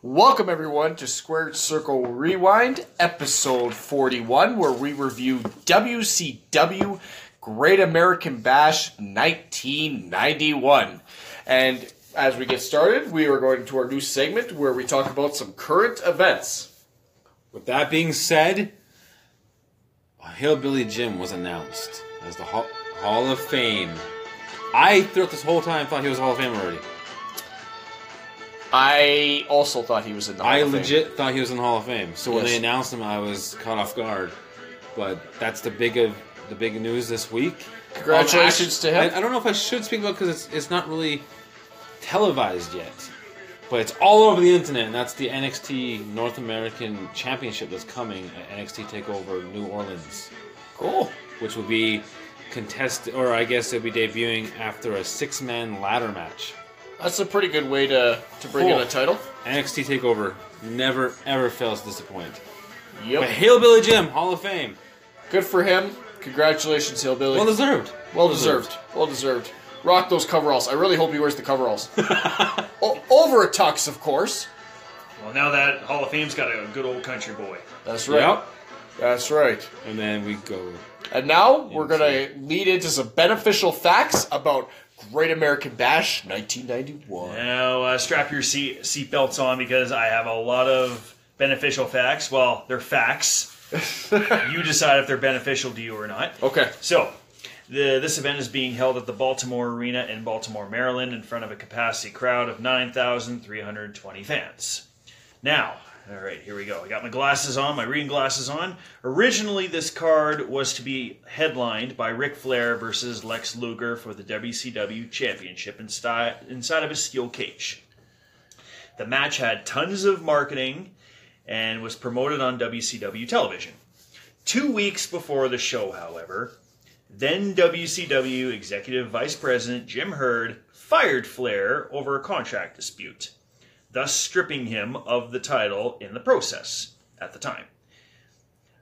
Welcome, everyone, to Squared Circle Rewind, episode 41, where we review WCW Great American Bash 1991. And as we get started, we are going to our new segment where we talk about some current events. With that being said, Hillbilly Jim was announced as the Hall, Hall of Fame. I, throughout this whole time, thought he was a Hall of Fame already. I also thought he was in the Hall I of Fame. legit thought he was in the Hall of Fame. So when Yes. they announced him, I was caught off guard. But that's the big of the big news this week. Congratulations Um, to I- him. I, I don't know if I should speak about because it's it's not really televised yet, but it's all over the internet. And that's the NXT North American Championship that's coming at NXT Takeover New Orleans, Cool. which will be contested, or I guess it'll be debuting after a six-man ladder match. That's a pretty good way to, to bring Cool. in a title. NXT Takeover never ever fails to disappoint. But Yep. Hillbilly Jim, Hall of Fame. Good for him. Congratulations, Hillbilly. Well deserved. Well deserved. Well deserved. Rock those coveralls. I really hope he wears the coveralls. o- over a tux, of course. Well, now that Hall of Fame's got a good old country boy. That's Yep. That's right. And then we go. And now we're gonna lead into some beneficial facts about Great American Bash 1991. Now, uh, strap your seat seatbelts on because I have a lot of beneficial facts. Well, they're facts. you decide if they're beneficial to you or not. Okay. So, the, this event is being held at the Baltimore Arena in Baltimore, Maryland, in front of a capacity crowd of 9,320 fans. Now, all right, here we go. I got my glasses on, my reading glasses on. Originally, this card was to be headlined by Ric Flair versus Lex Luger for the WCW Championship in sti- inside of a steel cage. The match had tons of marketing and was promoted on WCW television. Two weeks before the show, however, then WCW Executive Vice President Jim Hurd fired Flair over a contract dispute, thus stripping him of the title in the process at the time.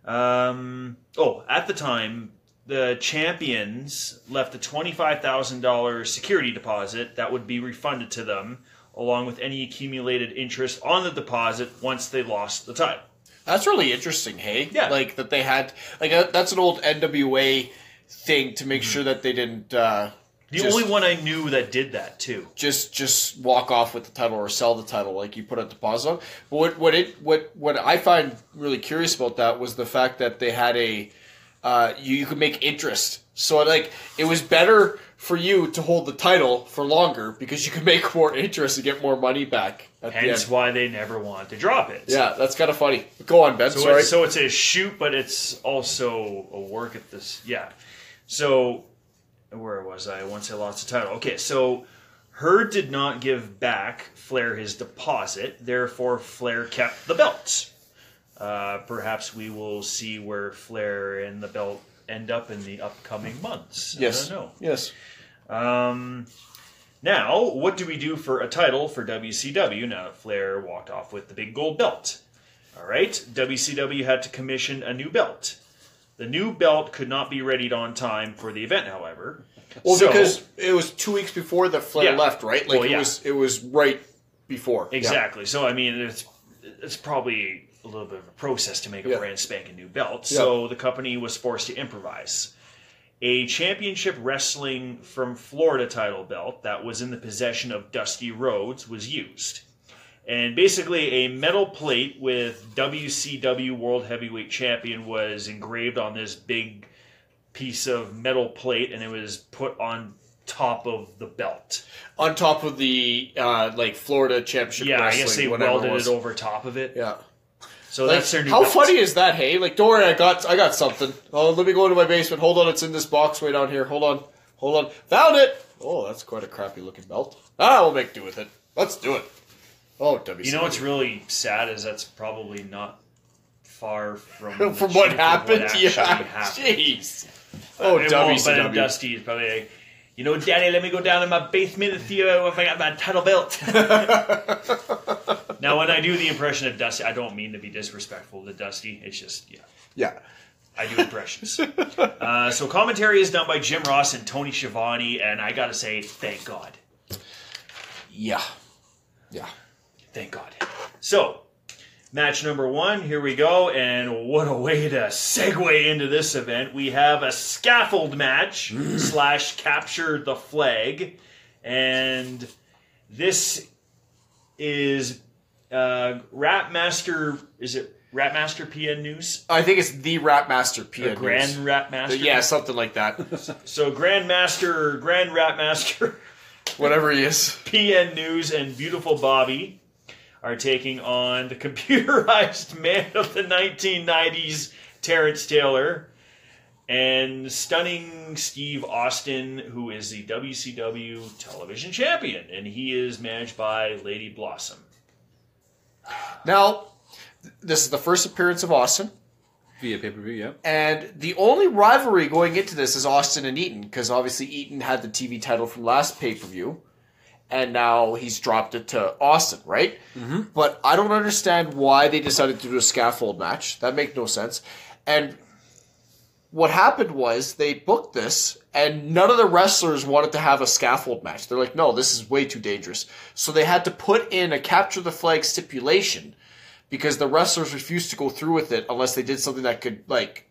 Um, oh, at the time, the champions left a $25,000 security deposit that would be refunded to them, along with any accumulated interest on the deposit once they lost the title. That's really interesting, hey? Yeah. Like that they had like uh, that's an old NWA thing to make sure that they didn't uh The just, only one I knew that did that, too. just just walk off with the title or sell the title like you put a deposit on. But what what it what what I find really curious about that was the fact that they had a uh, you, you could make interest. So like it was better for you to hold the title for longer because you could make more interest and get more money back at the Hence end. why they never want to drop it. Yeah, that's kind of funny. Go on, Ben. So sorry. it's, so it's a shoot, but it's also a work at this. Yeah. So where was I? Once I lost the title. Okay. So Hurd did not give back Flair his deposit. Therefore, Flair kept the belt. Uh, perhaps we will see where Flair and the belt end up in the upcoming months. yes. I don't know. Yes. Um, now, what do we do for a title for WCW now that Flair walked off with the big gold belt? All right, WCW had to commission a new belt. The new belt could not be readied on time for the event, however. Well, So- because it was two weeks before that Flair Yeah. left, right? Like Well, it yeah. was it was right before. Yeah. Exactly. So I mean, it's it's probably a little bit of a process to make a Yeah. brand spanking new belt. So the company was forced to improvise. A championship wrestling from Florida title belt that was in the possession of Dusty Rhodes was used. And basically, a metal plate with WCW World Heavyweight Champion was engraved on this big piece of metal plate, and it was put on top of the belt. on top of the uh, like Florida championship. Yeah, I wrestling, guess they whatever welded was. it over top of it. Yeah, So like, that's their new. how belt. funny is that? Hey, like don't worry, I got I got something. Oh, let me go into my basement. Hold on, it's in this box way down here. Hold on, hold on, found it. Oh, that's quite a crappy looking belt. Ah, we'll make do with it. Let's do it. Oh, WC. You know what's really sad is that's probably not far from the from truth what of happened? actually yeah, happened. jeez. Oh, It won't, but WCW. in Dusty is probably like, you know, Danny, let me go down in my basement and see uh, if I got my title belt. now, when I do the impression of Dusty, I don't mean to be disrespectful to Dusty. It's just, yeah. yeah. I do impressions. uh, so commentary is done by Jim Ross and Tony Schiavone, and I gotta say, thank God. Yeah. Yeah. Thank God. So, match number one, here we go. And what a way to segue into this event. We have a scaffold match Mm. slash capture the flag. And this is uh, Rap Master. Is it Rap Master PN News? I think it's the Rap Master The P. Uh, Grand Rap Master? Yeah, something like that. So Grand Master, Grand Rap Master Whatever he is. PN News and Beautiful Bobby are taking on the computerized man of the 1990s, Terrence Taylor, and stunning Steve Austin, who is the WCW television champion, and he is managed by Lady Blossom. Now, th- this is the first appearance of Austin. Via pay per view, yep. And the only rivalry going into this is Austin and Eaton, because obviously Eaton had the TV title from last pay per view, and now he's dropped it to Austin, right? Mm-hmm. But I don't understand why they decided to do a scaffold match. That made no sense. And what happened was they booked this, and none of the wrestlers wanted to have a scaffold match. They're like, no, this is way too dangerous. So they had to put in a capture the flag stipulation because the wrestlers refused to go through with it unless they did something that could like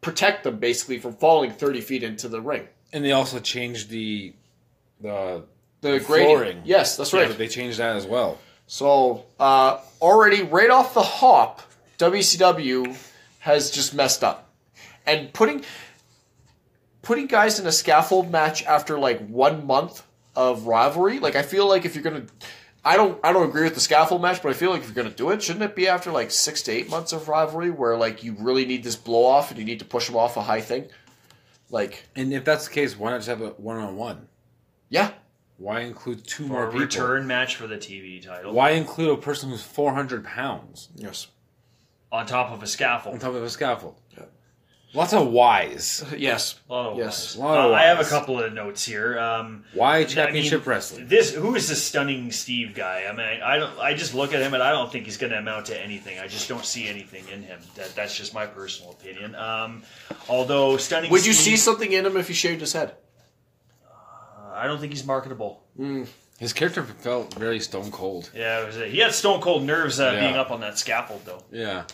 protect them basically from falling 30 feet into the ring And they also changed the the the Flooring. grading yes that's right they changed that as well. so uh, already right off the hop wcw has just messed up and putting putting guys in a scaffold match after like one month of rivalry like i feel like if you're gonna i don't i don't agree with the scaffold match but i feel like if you're gonna do it shouldn't it be after like six to eight months of rivalry where like you really need this blow off and you need to push them off a high thing like And if that's the case, why not just have a one on one? yeah Why include two Or more a people? return match for the TV title Why include a person who's four hundred pounds yes on top of a on scaffold. top of a scaffold? Yeah. Lots of whys. yes A lot of Yes. lies. A lot of Uh, I have a lies. couple of notes here. Um, Why I mean, championship wrestling? This who is this stunning Steve guy? I mean, I don't. I just look at him and I don't think he's going to amount to anything. I just don't see anything in him. That that's just my personal opinion. Um, although stunning, Would you see Steve, something in him if he shaved his head? I don't think he's marketable. His character felt very stone cold. Yeah, it was he had stone cold nerves uh, Yeah. being up on that scaffold though. Yeah.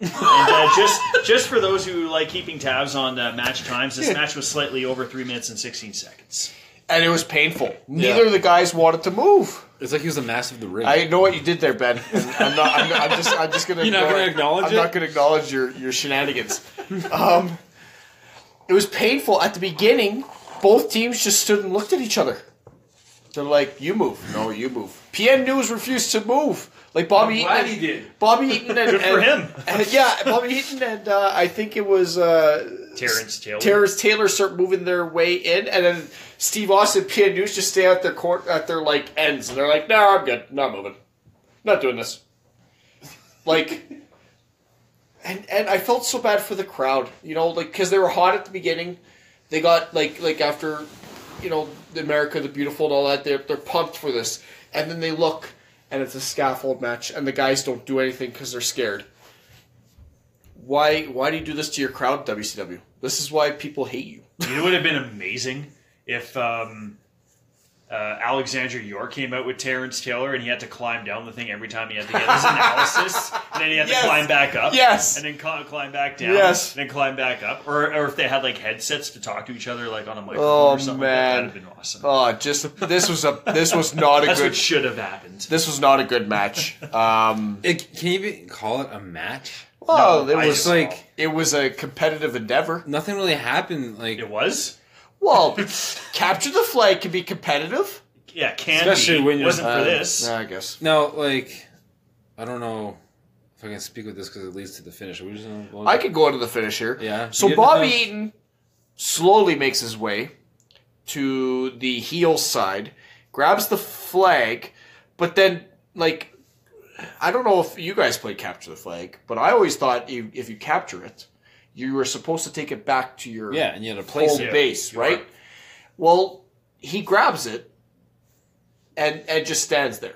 And uh, just just for those who like keeping tabs on uh, match times, this match was slightly over three minutes and sixteen seconds. And it was painful. Neither of the guys wanted to move. It's like he was a mass of the ring. I know what you did there, Ben. And I'm not. I'm, I'm just. I'm just gonna. You're not ignore gonna acknowledge I'm it? not gonna acknowledge your your shenanigans. Um, it was painful at the beginning. Both teams just stood and looked at each other. They're like, "You move." No, you move. PN News refused to move. Like Bobby. glad Eaton, he did. Bobby Eaton and, Good for and- him. and- yeah, Bobby Eaton and uh, I think it was. Uh, Terrence Taylor. Terrence Taylor start moving their way in, and then Steve Austin, PN News just stay at their court at their like ends, and they're like, "No, I'm good, not moving, not doing this." Like, and and I felt so bad for the crowd, you know, like because they were hot at the beginning, they got like like after, you know, the America the Beautiful and all that, they're they're pumped for this, and then they look, and it's a scaffold match, and the guys don't do anything because they're scared why why do you do this to your crowd, WCW? This is why people hate you. It would have been amazing if um, uh, Alexander York came out with Terrence Taylor and he had to climb down the thing every time he had to get his analysis, and then he had Yes. to climb back up, Yes. and then cl- climb back down, Yes. and then climb back up, or, or if they had like headsets to talk to each other, like on a microphone Oh, or something, man. that'd have been awesome. Oh, just this was a this was not a That's good what should have happened. this was not a good match. Um, It- can you even call it a match? well, it was I It's just- like it was a competitive endeavor. nothing really happened. Like It was, Well, capture the flag can be competitive. yeah, can Especially be. when you're- wasn't Uh, for this. I guess. now, like I don't know if I can speak with this because it leads to the finish. Are we just gonna go I could go into the finish here. Yeah. So You get the Bobby finish. Eaton slowly makes his way to the heel side, grabs the flag, but then like I don't know if you guys play capture the flag, but I always thought you, if you capture it, you were supposed to take it back to your Oh, yeah, and you had a place. home it. base, you right? are. Well, he grabs it and and just stands there.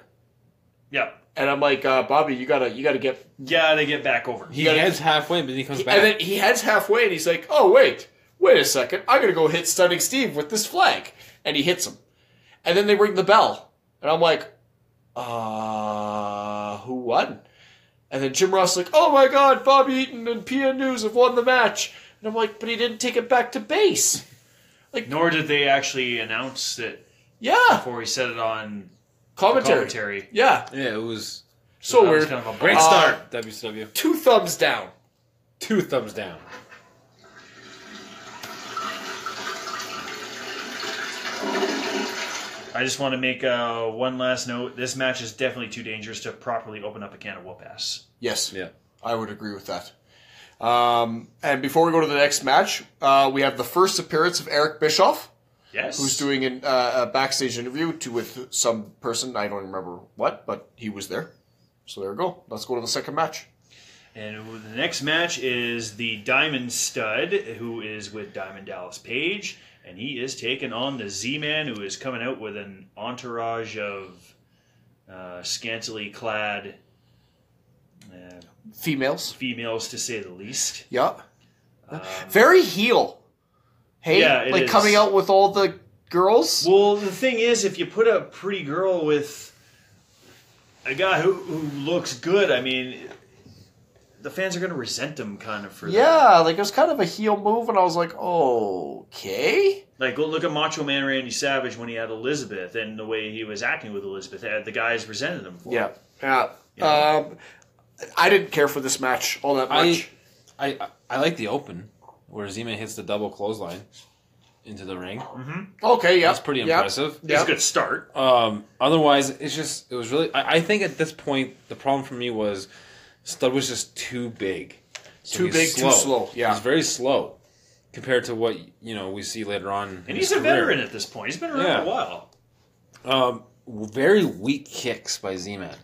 yeah, And I'm like, uh, Bobby, you gotta you gotta get yeah, they get back over. He You gotta- heads halfway, but then he comes back. And then he heads halfway and he's like, oh, wait, wait a second. I'm going to go hit Stunning Steve with this flag. And he hits him. And then they ring the bell. And I'm like, uh, who won? And then Jim Ross like, oh my god, Bob Eaton and PN News have won the match. And I'm like, but he didn't take it back to base. Nor did they actually announce it Yeah, before we said it on commentary. commentary. Yeah, Yeah, it was so That was weird. kind of a great bummer. start. WCW, Two thumbs down. two thumbs down. I just want to make uh, one last note. This match is definitely too dangerous to properly open up a can of whoop ass. Yes. Yeah. I would agree with that. Um, and before we go to the next match, uh, we have the first appearance of Eric Bischoff, Yes. who's doing an, uh, a backstage interview to with some person. I don't remember what, but he was there. So there we go. Let's go to the second match. And the next match is the Diamond Stud, who is with Diamond Dallas Page, and he is taking on the Z Man, who is coming out with an entourage of uh, scantily clad uh, Females. females, to say the least. Yeah. Very heel. Hey, Yeah, it like is. coming out with all the girls. Well, the thing is, if you put a pretty girl with a guy who, who looks good, I mean, the fans are going to resent him kind of for that. yeah, like it was kind of a heel move, and I was like, okay. Like, go look at Macho Man Randy Savage when he had Elizabeth and the way he was acting with Elizabeth. uh, The guys resented him for Yeah. it. Yeah. Um, I didn't care for this match all that much. I, I, I, I like the open where Zima hits the double clothesline into the ring. Okay, yeah, That's pretty yeah. impressive. It's Yeah, a good start. Um, otherwise, it's just it was really. I, I think at this point the problem for me was Stud was just too big, So Too he's big, too slow, yeah. he's very slow compared to what you know we see later on. in And his he's a career. veteran at this point. He's been around Yeah. a while. Um, very weak kicks by Z-Man.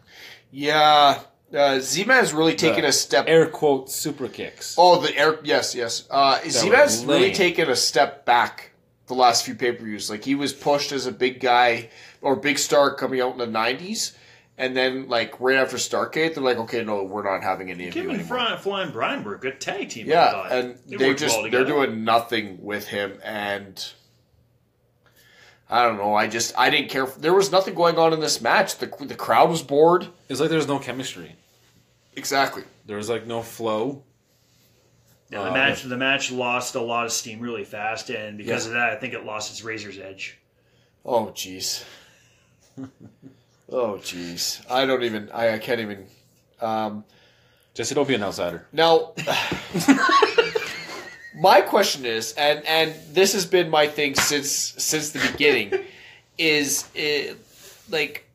yeah. Uh, Z-Man's really taken The a step. Air quote super kicks. oh, the air. Yes, yes. Uh, Z-Man's was really lame. taken a step back the last few pay-per-views. Like he was pushed as a big guy or big star coming out in the '90s, and then like right after Starcade, they're like, okay, no, we're not having any of you Him and anymore. Fly, Flying Brian were a good tag team. I Yeah, thought. and they worked just well they're together. doing nothing with him, and I don't know. I just I didn't care. There was nothing going on in this match. The the crowd was bored. It's like there's no chemistry. Exactly. There was like no flow. Yeah, the uh, match. The match lost a lot of steam really fast, and because Yeah. of that, I think it lost its razor's edge. Oh jeez. oh jeez. I don't even. I, I can't even. Um, Jesse, don't be an outsider. now, my question is, and and this has been my thing since since the beginning, is eh, like,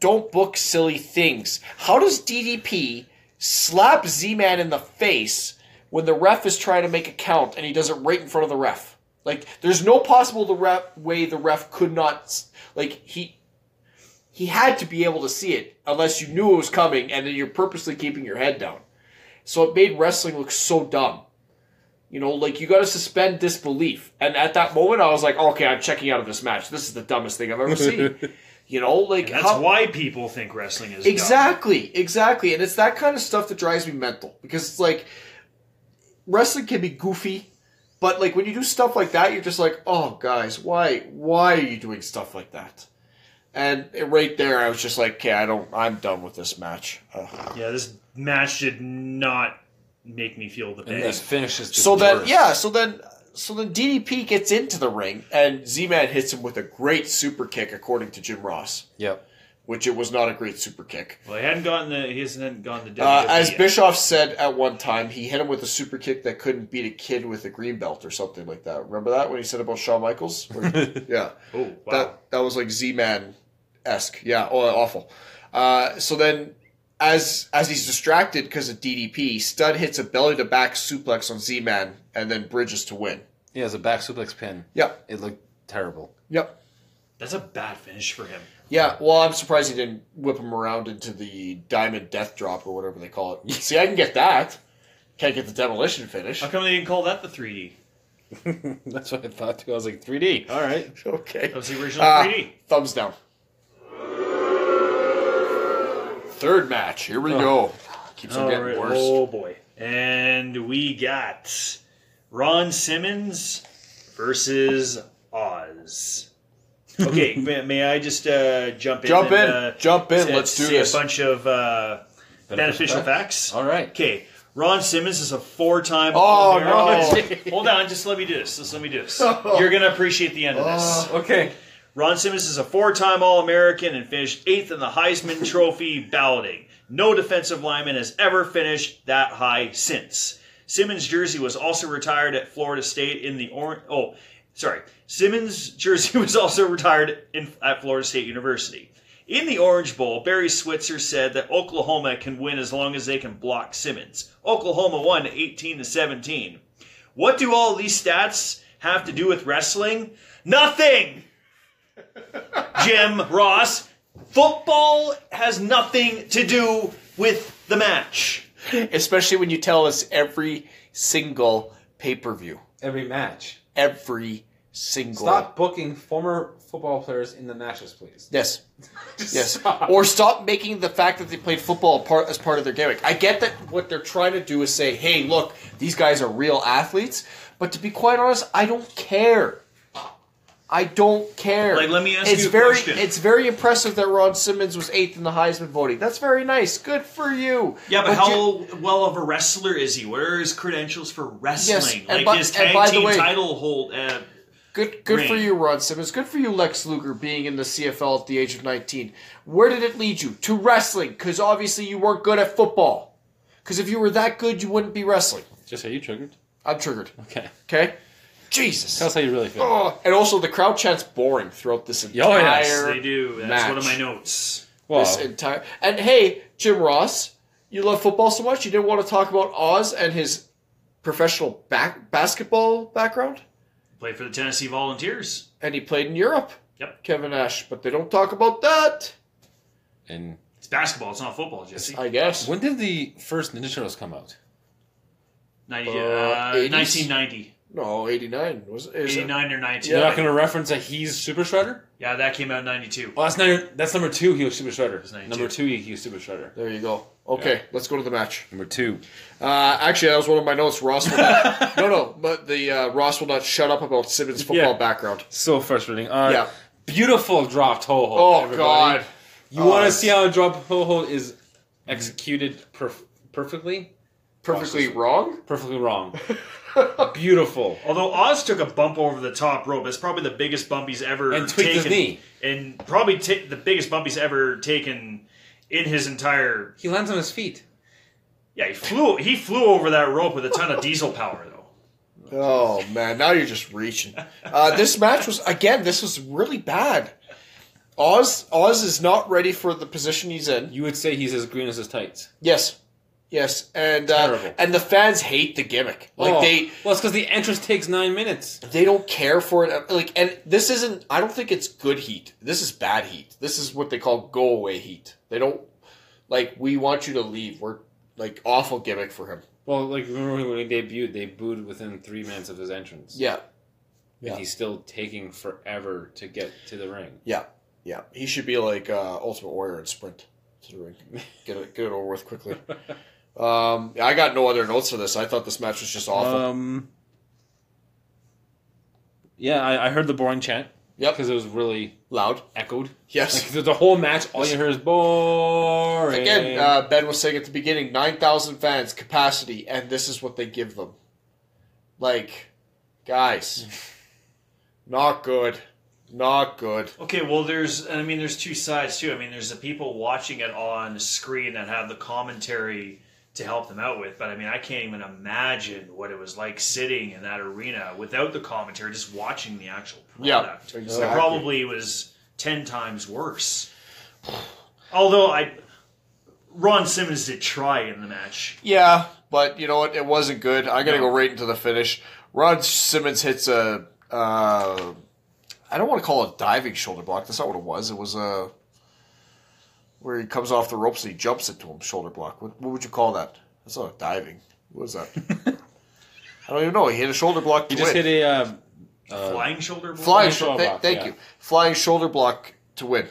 don't book silly things. How does DDP slap Z Man in the face when the ref is trying to make a count and he does it right in front of the ref? Like, there's no possible the ref way the ref could not s- like he he had to be able to see it unless you knew it was coming and then you're purposely keeping your head down. So it made wrestling look so dumb. You know, like you got to suspend disbelief. And at that moment, I was like, okay, I'm checking out of this match. This is the dumbest thing I've ever seen. you know, like That's how- why people think wrestling is dumb. Exactly, exactly. And it's that kind of stuff that drives me mental because it's like wrestling can be goofy, but like when you do stuff like that, you're just like, "Oh guys, why why are you doing stuff like that?" And it- right there I was just like, "Okay, I don't I'm done with this match." Ugh. Yeah, this match did not make me feel the And pain. this finish is just So then worse. yeah, so then so then DDP gets into the ring and Z-Man hits him with a great super kick according to Jim Ross, Yep. which it was not a great super kick. Well, he hadn't gotten the he hasn't gone to WWE. Uh, as yet. Bischoff said at one time, he hit him with a super kick that couldn't beat a kid with a green belt or something like that. Remember that when he said about Shawn Michaels? Or- yeah, oh wow, that that was like Z Man esque. Yeah, oh, awful. Uh, so then, as as he's distracted because of DDP, Stud hits a belly to back suplex on Z Man and then bridges to win. Yeah, it's a back suplex pin. Yep, It looked terrible. yep, that's a bad finish for him. yeah. Well, I'm surprised he didn't whip him around into the Diamond Death Drop or whatever they call it. See, I can get that. Can't get the demolition finish. How come they didn't call that the 3D? That's what I thought too. I was like, 3D. All right. Okay. That was the original Ah, 3D. Thumbs down. Third match. Here we go. Keeps on getting Alright, worse. Oh boy, and we got Ron Simmons versus Oz. Okay, may, may I just uh, jump in? Jump and, in. uh, Jump in. say- Let's do say this. a bunch of uh, beneficial facts. All right. Okay, Ron Simmons is a four-time. Oh, All-American. Hold on, just let me do this. Just let me do this. You're gonna appreciate the end of this. Okay. Ron Simmons is a four-time All-American and finished eighth in the Heisman Trophy balloting. No defensive lineman has ever finished that high since. Simmons' jersey was also retired at Florida State in the orange. Oh, sorry. Simmons' jersey was also retired in, at Florida State University. In the Orange Bowl, Barry Switzer said that Oklahoma can win as long as they can block Simmons. Oklahoma won 18 to 17. What do all these stats have to do with wrestling? Nothing. Jim Ross. Football has nothing to do with the match. Especially when you tell us every single pay per view. Every match. Every single. Stop booking former football players in the matches, please. Yes. Yes. Stop. Or stop making the fact that they played football part, as part of their gimmick. I get that what they're trying to do is say, hey, look, these guys are real athletes. But to be quite honest, I don't care. I don't care. Like, let me ask it's you a very, question. It's very impressive that Ron Simmons was eighth in the Heisman voting. That's very nice. Good for you. Yeah, but, you- how well of a wrestler is he? What are his credentials for Yes, wrestling? and like by- his and tag by the team way- title hold. Uh, Good, good for Green. you, Ron Simmons. Good for you, Lex Luger, being in the CFL at the age of 19. Where did it lead you? To wrestling, because obviously you weren't good at football. Because if you were that good, you wouldn't be wrestling. Just are you triggered? I'm triggered. Okay. Okay? Jesus. Tell us how you really feel. Oh, and also, the crowd chant's boring throughout this entire. yes, Oh, they do. That's match. one of my notes. Well, This entire. And hey, Jim Ross, you love football so much, you didn't want to talk about Oz and his professional back- basketball background? Played for the Tennessee Volunteers. And he played in Europe, Yep, Kevin Ash, but they don't talk about that. and it's basketball. It's not football, Jesse. I guess. when did the first Ninja Turtles come out? 90, Uh, uh, 80s? 1990, No, 89. Was it? Is it? 89 or 90. You're Yeah. not going to reference that he's Super Shredder? that came out in 92. Well, that's not, that's number two. He was Super Shredder. 92. Number two, he, he was Super Shredder. There you go. Okay, let's go to the match. Number two. Uh, actually, that was one of my notes. Ross will not, No, no, but the uh, Ross will not shut up about Simmons' football Yeah. background. So frustrating. Uh, Yeah. Beautiful drop toe hold. Oh, everybody. God. You Oh, want to it's- see how a drop toe hold is executed perf- perfectly? Perfectly wrong? Perfectly wrong. Beautiful. Although Oz took a bump over the top rope, that's probably the biggest bump he's ever And tweaked his taken, knee. and probably ta- the biggest bump he's ever taken in his entire. He lands on his feet. Yeah, he flew. He flew over that rope with a ton of diesel power, though. Oh, man. Now you're just reaching. Uh, this match was, again, this was really bad. Oz, Oz is not ready for the position he's in. You would say he's as green as his tights. Yes. Yes. And uh, Terrible. and the fans hate the gimmick. Like, Oh, they. well, it's because the entrance takes nine minutes. they don't care for it. Like, and this isn't. I don't think it's good heat. This is bad heat. This is what they call go away heat. They don't like. We want you to leave. We're like awful gimmick for him. Well, like remember when he debuted, they booed within three minutes of his entrance. Yeah, yeah. And he's still taking forever to get to the ring. yeah, yeah. He should be like uh, Ultimate Warrior and sprint to the ring. Get it, get it over with quickly. Um, I got no other notes for this. I thought this match was just awful. Um. Yeah, I, I heard the boring chant. Yep. because it was really Loud. echoed. Yes. Like, the- the whole match, all you hear is boring. Again, uh, Ben was saying at the beginning, nine thousand fans capacity, and this is what they give them. Like, guys, not good, not good. Okay, well, there's. I mean, there's two sides too. I mean, there's the people watching it on screen that have the commentary to help them out with. But I mean, I can't even imagine what it was like sitting in that arena without the commentary, just watching the actual Yeah, product. exactly. It probably was ten times worse. Although I, Ron Simmons did try in the match. Yeah, but you know what? It wasn't good. I gotta No. go right into the finish. Rod Simmons hits a. Uh, I don't want to call it a diving shoulder block. That's not what it was. It was a where he comes off the ropes and he jumps into him shoulder block. What, what would you call that? That's not diving. What is that? I don't even know. He hit a shoulder block. you to just win. hit a uh, flying shoulder. blow? flying shoulder shoulder th- block, Thank yeah. you, flying shoulder block to win.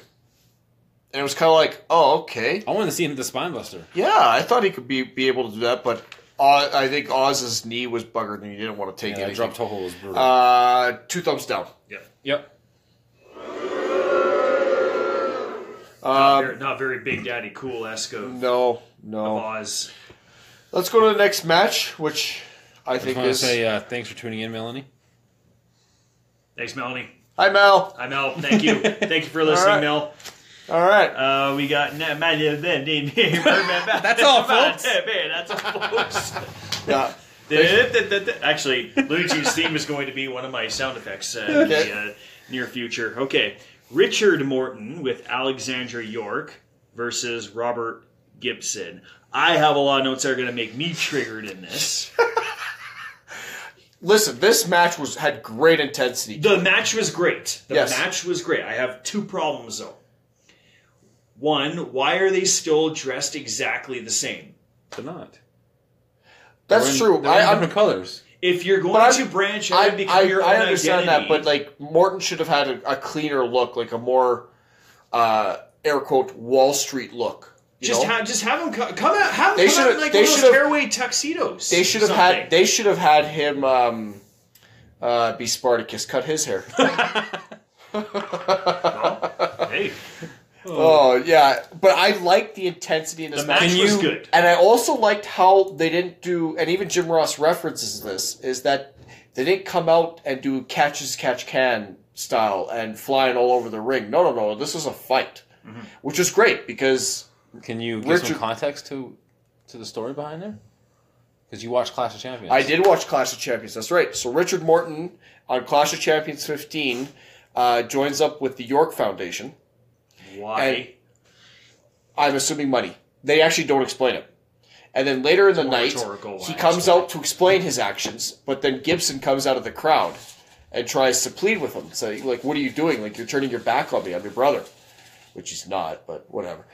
And it was kind of like, oh, okay, I wanted to see him hit the spine buster. yeah, I thought he could be be able to do that, but Oz, I think Oz's knee was buggered and he didn't want to take Uh, Yeah, it. that drop toe hold was brutal. Uh, two thumbs down. Yeah. yep. um, not, very, not very Big Daddy Cool esque of No, no. Oz. Let's go to the next match, which I I just think want to is. say uh, thanks for tuning in, Melanie. Thanks, Melanie. Hi, Mel. I'm Mel. Thank you. Thank you for listening, right. Mel. All right. Uh, we got Na- Man- Man- Man- Man- Man- Man- That's all, Man- folks. Man- Man- That's all, folks. Yeah. Actually, Looney Tunes theme is going to be one of my sound effects uh, in Okay. the uh, near future. Okay, Richard Morton with Alexandra York versus Robert Gibson. I have a lot of notes that are going to make me triggered in this. Listen, this match was had great intensity. The match was great. The Yes. match was great. I have two problems though. One, why are they still dressed exactly the same? But not. That's They're in- true. They're in I, I'm different colors. If you're going But to I'm- branch out I, and become I, your I own understand identity, that, but like Morton should have had a, a cleaner look, like a more uh, air quote Wall Street look. you just know? have just have them co- come out. Have They them come out should've- in like they one of those should've- tearaway tuxedos. they should have something. had they should have had him um, uh, be Spartacus, cut his hair. Oh. hey, oh yeah, but I liked the intensity in this the match. match Can was you- good. And I also liked how they didn't do, and even Jim Ross references this, is that they didn't come out and do catches, catch can style and flying all over the ring. No, no, no. This is a fight, Mm-hmm. which is great because Can you give some Richard- context to to the story behind there? Because you watched Clash of Champions. I did watch Clash of Champions. That's right. So Richard Morton on Clash of Champions 15 uh, joins up with the York Foundation. Why? And I'm assuming money. They actually don't explain it. And then later in the more night, rhetorical he wise. comes out to explain his actions, but then Gibson comes out of the crowd and tries to plead with him, saying, like, what are you doing? Like, you're turning your back on me. I'm your brother. Which he's not, but whatever.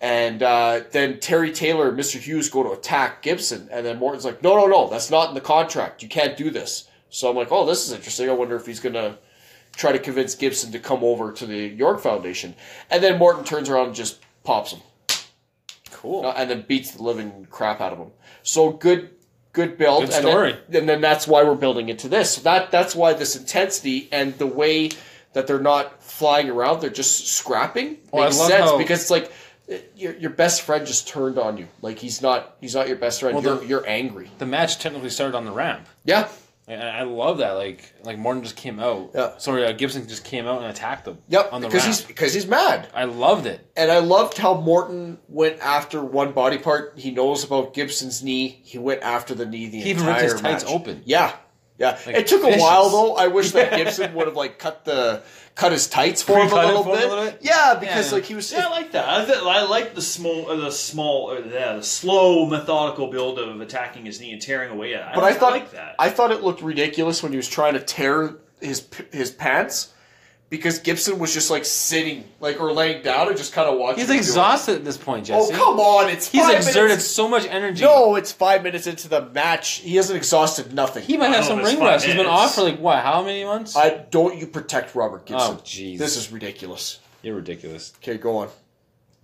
And uh, then Terry Taylor and Mr. Hughes go to attack Gibson, and then Morton's like, no, no, no, that's not in the contract. You can't do this. So I'm like, oh, this is interesting. I wonder if he's going to try to convince Gibson to come over to the York Foundation. And then Morton turns around and just pops him Cool. uh, and then beats the living crap out of him. So good, good build. Good and story. Then, and then that's why we're building into this. So that that's why this intensity and the way that they're not flying around, they're just scrapping Well, I makes love sense how- because it's like. eh, Your, your best friend just turned on you. Like he's not he's not your best friend. Well, you're, the- you're angry. the match technically started on the ramp. Yeah, And I I love that. Like like Morton just came out. Yeah. Sorry, uh, Gibson just came out and attacked him. yep. On the Because ramp. he's because he's mad. I loved it. And I loved how Morton went after one body part. He knows about Gibson's knee. He went after the knee the He even entire ripped his tights match. open. Yeah, yeah. Like, it took a vicious. while though. I wish that Gibson would have like cut the cut his tights for him a Pre-cut it little, for him a bit. little bit? Yeah, because Yeah. like he was. Yeah, I like that. I, th- I like the small, uh, the small, uh, yeah, the slow, methodical build of attacking his knee and tearing away at. it. but I like- thought like that. I thought it looked ridiculous when he was trying to tear his p- his pants because Gibson was just like sitting like or laying down and just kind of watching. He's him do it. exhausted at this point, Oh Jesse. come on! It's He's five exerted minutes. so much energy. No, it's five minutes into the match. He hasn't exhausted nothing. He might have Oh, some that's ring five rust. He's been minutes. off for like what? How many months? I don't you protect Robert Gibson. Oh, jeez. This is ridiculous. You're ridiculous. Okay, go on.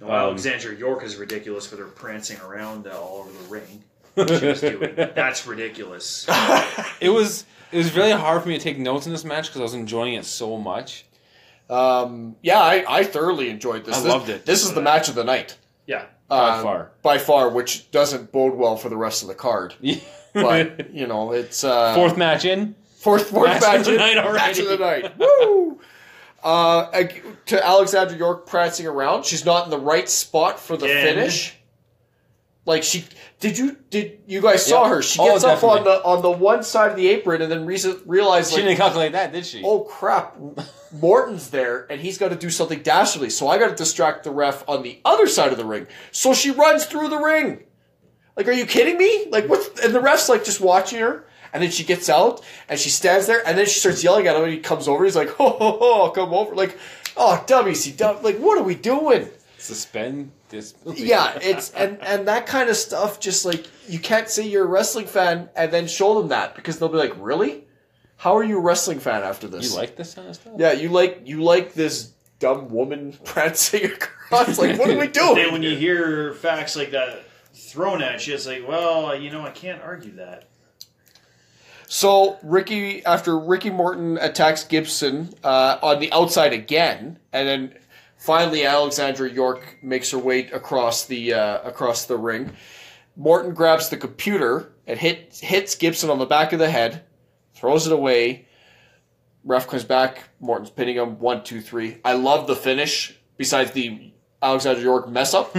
Well, Alexandra York is ridiculous for their prancing around uh, all over the ring. She was doing that's ridiculous. It was it was really hard for me to take notes in this match because I was enjoying it so much. Um, yeah, I, I thoroughly enjoyed this. I This- loved it. This is the match of the night. Yeah, By Uh, far. By far, which doesn't bode well for the rest of the card. But, you know, it's. Uh, Fourth match in. fourth, fourth match of the night already. Match of the night. Woo! Uh, ag- to Alexandra York prancing around. She's not in the right spot for the Again. finish. Like she did you did you guys saw Yeah. her? She Oh, gets up on definitely. the on the one side of the apron and then reason, realizes She like, didn't calculate that, did she? oh crap, Morton's there and he's got to do something dastardly. So I got to distract the ref on the other side of the ring. So she runs through the ring. Like, are you kidding me? Like, what? And the ref's like just watching her. And then she gets out and she stands there and then she starts yelling at him and he comes over. He's like, ho, ho, ho, come over. Like, oh, dummies, he dumb. Like, what are we doing? Suspend this. yeah it's and and that kind of stuff just like you can't say you're a wrestling fan and then show them that because they'll be like really how are you a wrestling fan after this You like this kind of stuff? yeah you like you like this dumb woman prancing across like what are we then doing when you hear facts like that thrown at you, it's like, well, you know, I can't argue that. so ricky after ricky morton attacks gibson uh, on the outside again and then Finally, Alexandra York makes her way across the uh, across the ring. Morton grabs the computer and hit, hits Gibson on the back of the head, throws it away. Ref comes back. Morton's pinning him. One, two, three. I love the finish. Besides the Alexander York mess up,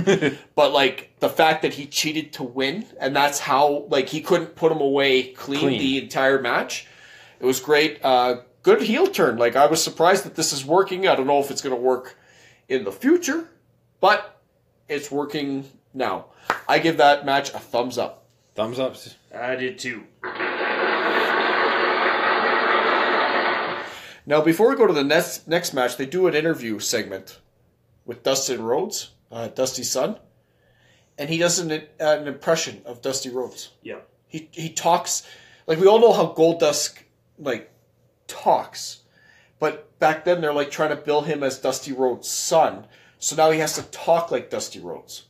but like the fact that he cheated to win, and that's how like he couldn't put him away clean, Clean. the entire match. It was great. Uh, good heel turn. Like I was surprised that this is working. I don't know if it's going to work in the future, but it's working now. I give that match a thumbs up. Thumbs ups. I did too. Now, before we go to the next next match, they do an interview segment with Dustin Rhodes, uh, Dusty's son, and he does an, uh, an impression of Dusty Rhodes. Yeah. He he talks like we all know how Goldust like talks, but back then they're like trying to bill him as Dusty Rhodes' son. So now he has to talk like Dusty Rhodes.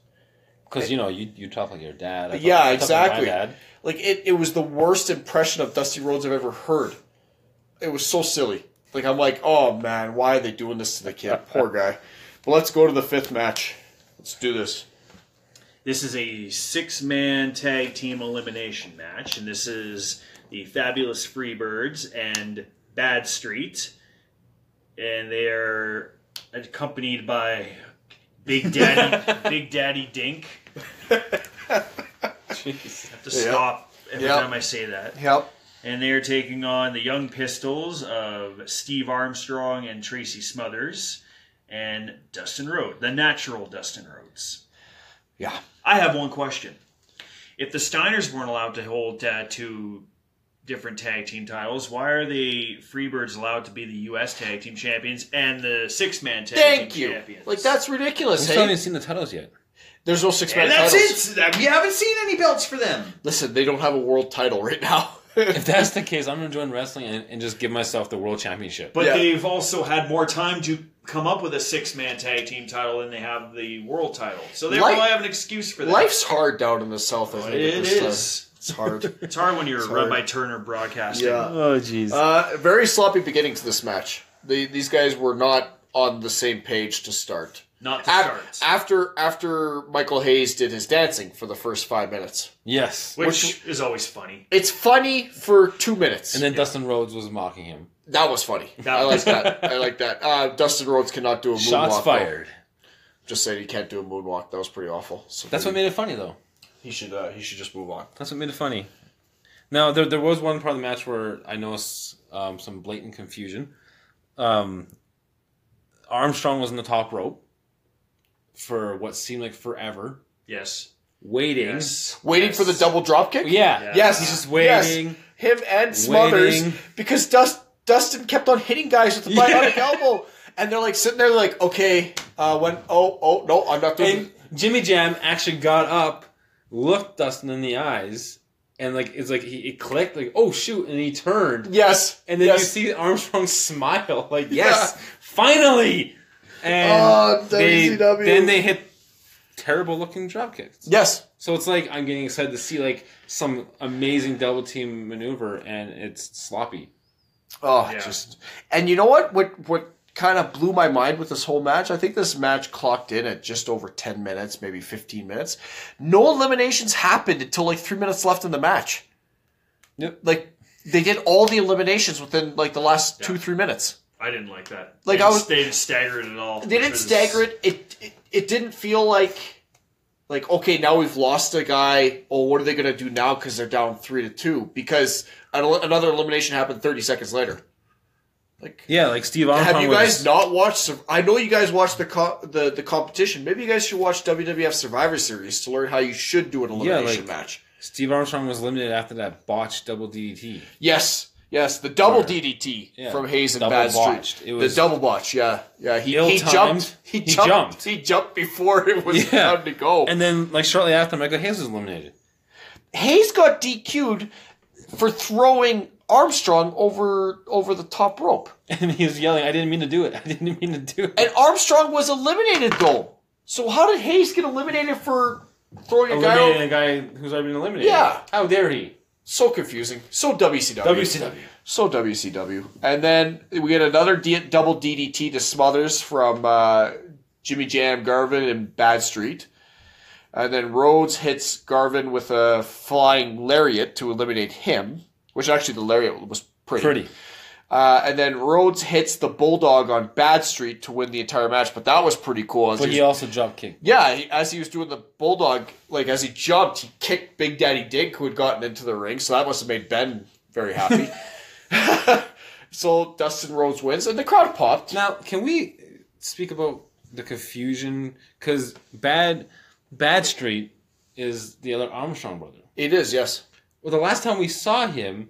Because, you know, you, you talk like your dad. I talk- Yeah, I talk like my exactly. dad. Like it, it was the worst impression of Dusty Rhodes I've ever heard. It was so silly. Like I'm like, oh man, why are they doing this to the kid? Poor guy. But let's go to the fifth match. Let's do this. This is a six man tag team elimination match, and this is the Fabulous Freebirds and Bad Street. And they are accompanied by Big Daddy Big Daddy Dink. Jeez. I have to Yeah. stop every Yeah. time I say that. Yep. And they are taking on the Young Pistols of Steve Armstrong and Tracy Smothers and Dustin Rhodes, the natural Dustin Rhodes. Yeah. I have one question. If the Steiners weren't allowed to hold uh, two different tag team titles, why are the Freebirds allowed to be the U.S. tag team champions and the six man tag Thank team you. champions? Like that's ridiculous. We still Hey, haven't seen the titles yet. there's no six man And that's titles. it. We haven't seen any belts for them. Listen, they don't have a world title right now. If that's the case, I'm going to join wrestling and, and just give myself the world championship. But Yeah. they've also had more time to come up with a six man tag team title than they have the world title. So they Life- probably have an excuse for that. Life's hard down in the south. I think. at it this time. is. It's hard. It's hard when you're hard. run by Turner Broadcasting. Oh, jeez. Uh, very sloppy beginning to this match. The, these guys were not on the same page to start. Not to Af- start. after after Michael Hayes did his dancing for the first five minutes, yes. which, is always funny. it's funny for two minutes. And then Dustin Rhodes was mocking him. that was funny. That- I like that. I like that. Uh, Dustin Rhodes cannot do a moonwalk. Shots though. fired. Just said he can't do a moonwalk. That was pretty awful. So That's what maybe made it funny, though. he should uh, he should just move on. That's what made it funny. Now there there was one part of the match where I noticed um, some blatant confusion. Um, Armstrong was in the top rope for what seemed like forever, Yes. waiting. Yes. Waiting Yes. for the double dropkick. Yeah, Yeah. Yes, he's just Yes. waiting. him and Smothers Waiting. because Dust, Dustin kept on hitting guys with the bionic elbow, and they're like sitting there like, okay, uh, when oh oh no, I'm not doing. And Jimmy Jam actually got up, looked Dustin in the eyes, and like it's like he it clicked like oh shoot, and he turned. yes, And then yes. you see Armstrong smile, like, Yeah. yes, finally! And Oh, they- WCW. then they hit terrible looking drop kicks. yes, So it's like I'm getting excited to see like some amazing double team maneuver and it's sloppy. oh Yeah. just and you know what? What what kind of blew my mind with this whole match? I think this match clocked in at just over ten minutes, maybe fifteen minutes. No eliminations happened until like three minutes left in the match. Yep. Like they did all the eliminations within like the last two Yeah. three minutes. I didn't like that. Like, they I didn't- was- they didn't stagger it at all. they which didn't was- stagger it. It, it it didn't feel like like okay now we've lost a guy oh what are they going to do now because they're down three to two because an, another elimination happened 30 seconds later like Yeah, like Steve have you guys not watched Sur- i know you guys watched the, co- the the competition maybe you guys should watch wwf survivor series to learn how you should do an elimination like- match Steve Armstrong was limited after that botched double DDT. yes yes the double Or- ddt yeah, from hayes and double bad botched. street It was- the double botch yeah yeah he, he Ill-timed. jumped he He jumped, jumped. he jumped before it was Yeah. time to go And then like shortly after Michael Hayes was eliminated. Hayes got DQ'd for throwing Armstrong over over the top rope, And he was yelling, I didn't mean to do it. I didn't mean to do it. and Armstrong was eliminated though. So how did Hayes get eliminated for throwing a guy? eliminating Over? a guy who's already been eliminated. Yeah. How dare he? So confusing. So WCW. WCW. So WCW. And then we get another D- double DDT to Smothers from uh, Jimmy Jam Garvin and Bad Street. And then Rhodes hits Garvin with a flying lariat to eliminate him, which actually the lariat was pretty. Pretty. Uh, and then Rhodes hits the Bulldog on Bad Street to win the entire match, but that was pretty cool. as But he he was- also drop kicked. yeah, he, as he was doing the Bulldog, like as he jumped, he kicked Big Daddy Dick, who had gotten into the ring, so that must have made Ben very happy. so Dustin Rhodes wins, and the crowd popped. Now, can we speak about the confusion? Because Bad Bad Street is the other Armstrong brother. It is, yes. Well, the last time we saw him,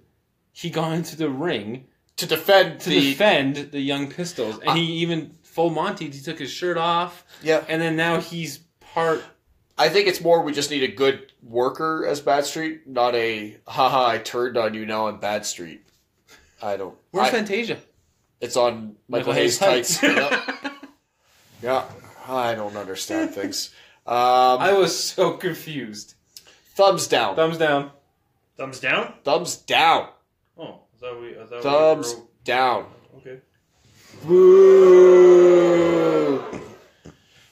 he got into the ring To defend to the. defend the Young Pistols, and he even full Monty. He took his shirt off. Yeah. and then now he's part. I think it's more we just need a good worker as Bad Street, not a haha, I turned on you now on Bad Street. I don't. Where's I- Fantasia? It's on Michael, Michael Hayes, Hayes Tights. Tights. Yep. yeah. I don't understand things. Um, I was so confused. thumbs down. Thumbs down. Thumbs down. thumbs down. Oh, is that we? Is that Thumbs down. Okay.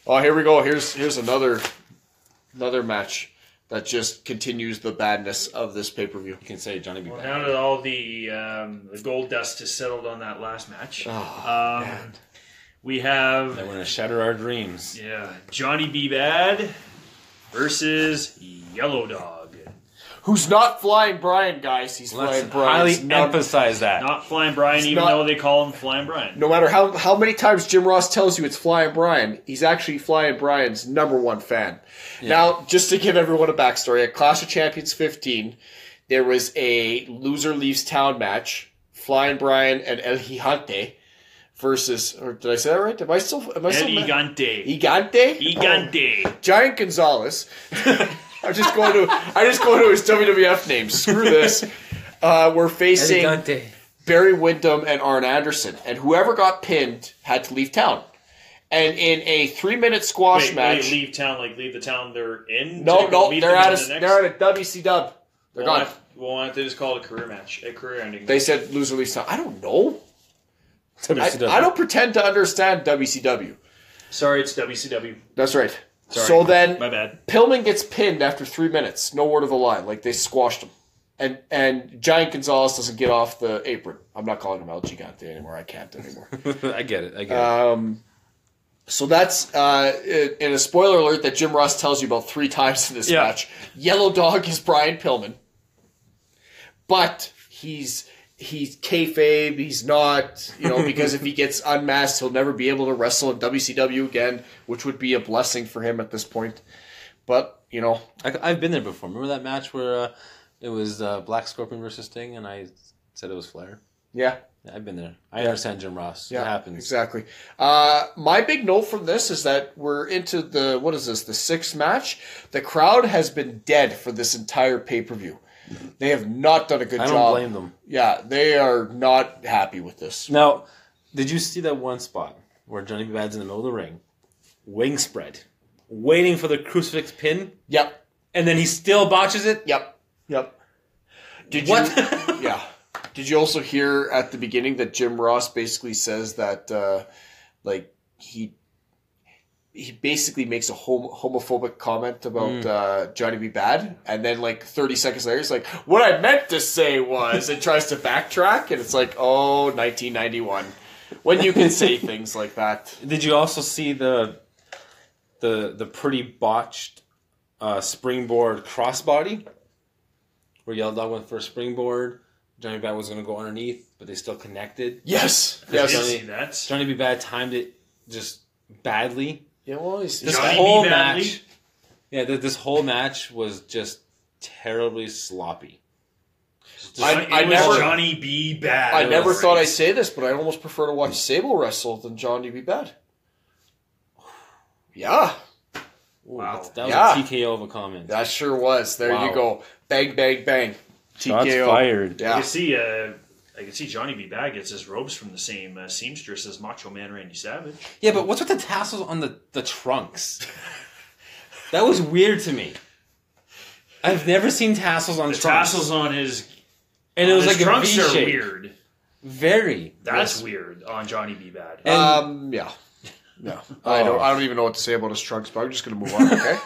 Oh, here we go. Here's here's another another match that just continues the badness of this pay per view. You can say Johnny B. Well, Bad. now that all the um, the gold dust has settled on that last match, Ah, um, we That have we're gonna shatter our dreams. yeah Johnny B Bad versus Yellow Dog. Who's not flying Brian, guys? He's Let's flying Brian. highly It's not- emphasize that. Not Flying Brian, even not- though they call him Flying Brian. no matter how, how many times Jim Ross tells you it's Flying Brian, he's actually Flying Brian's number one fan. Now, just to give everyone a backstory, at Clash of Champions 15, there was a loser leaves town match, Flying Brian and El Gigante versus, or did I say that right? Am I still, am I El still? ma- Gigante. Gigante? Gigante. Giant Gonzalez. I'm just going to, I just go to his WWF name. Screw this. Uh, we're facing. Elegante. Barry Windham and Arn Anderson, and whoever got pinned had to leave town. And in a three-minute squash Wait, match, wait, leave town, like leave the town they're in. no, to go no, meet they're them at in a the next- they're at a WC dub. They're We'll gone. have, we'll have to just call it a career match, a career ending. They said loser leaves town. I don't know. I, WCW. I don't pretend to understand WCW. Sorry, it's WCW. That's right. Sorry. So then My bad. Pillman gets pinned after three minutes. No word of a lie. Like they squashed him. And and Giant Gonzalez doesn't get off the apron. I'm not calling him El Gigante anymore. I can't anymore. I get it. I get So that's uh, i- in a spoiler alert that Jim Ross tells you about three times in this Yeah. match. Yellow Dog is Brian Pillman, but he's he's kayfabe. He's not, you know, because if he gets unmasked, he'll never be able to wrestle in WCW again, which would be a blessing for him at this point. But you know, it. I, I've been there before. Remember that match where uh, it was uh, Black Scorpion versus Sting, and I said it was Flair. yeah, I've been there. I understand Jim Ross. yeah, it happens. exactly. Uh, my big note from this is that we're into the what is this? The sixth match. The crowd has been dead for this entire pay per view. They have not done a good Mm-hmm. I don't job. blame them. Yeah, they are not happy with this. Now, did you see that one spot where Johnny B. Bad's in the middle of the ring, wing spread, waiting for the crucifix pin, Yep, and then he still botches it? yep, yep. Did What? you? yeah. Did you also hear at the beginning that Jim Ross basically says that, uh, like he he basically makes a hom- homophobic comment about uh, Johnny B. Bad, and then like thirty seconds later, it's like what I meant to say was, and tries to backtrack, and it's like, oh, 1991, when you can say things like that. Did you also see the the the pretty botched uh, springboard crossbody where Yellow Dog went for a springboard? Johnny B. Bad was going to go underneath, but they still connected. Yes, I yes. did Johnny- see that. Johnny B. Bad timed it just badly. Yeah, well, he's- This Johnny B. whole Badly? match, yeah, th- this whole match was just terribly sloppy. I- Johnny- I it was never- Johnny B. Bad. I never Right. thought I'd say this, but I almost prefer to watch Sable wrestle than Johnny B. Bad. Yeah, Wow, that, that was Yeah. a TKO of a comment. that sure was. There you Wow. go. Bang, bang, bang. Shots TKO. fired. I Yeah. can see. Uh, I can see Johnny B. Bad gets his robes from the same uh, seamstress as Macho Man Randy Savage. Yeah, but what's with the tassels on the, the trunks? that was weird to me. I've never seen tassels on The trunks. tassels on his and it was his like a V trunks are shape. weird. Very. That's Yes. weird on Johnny B. Bad. And Um, yeah. Uh, No, I Oh. don't. I don't even know what to say about his trunks, but I'm just going to move on. Okay.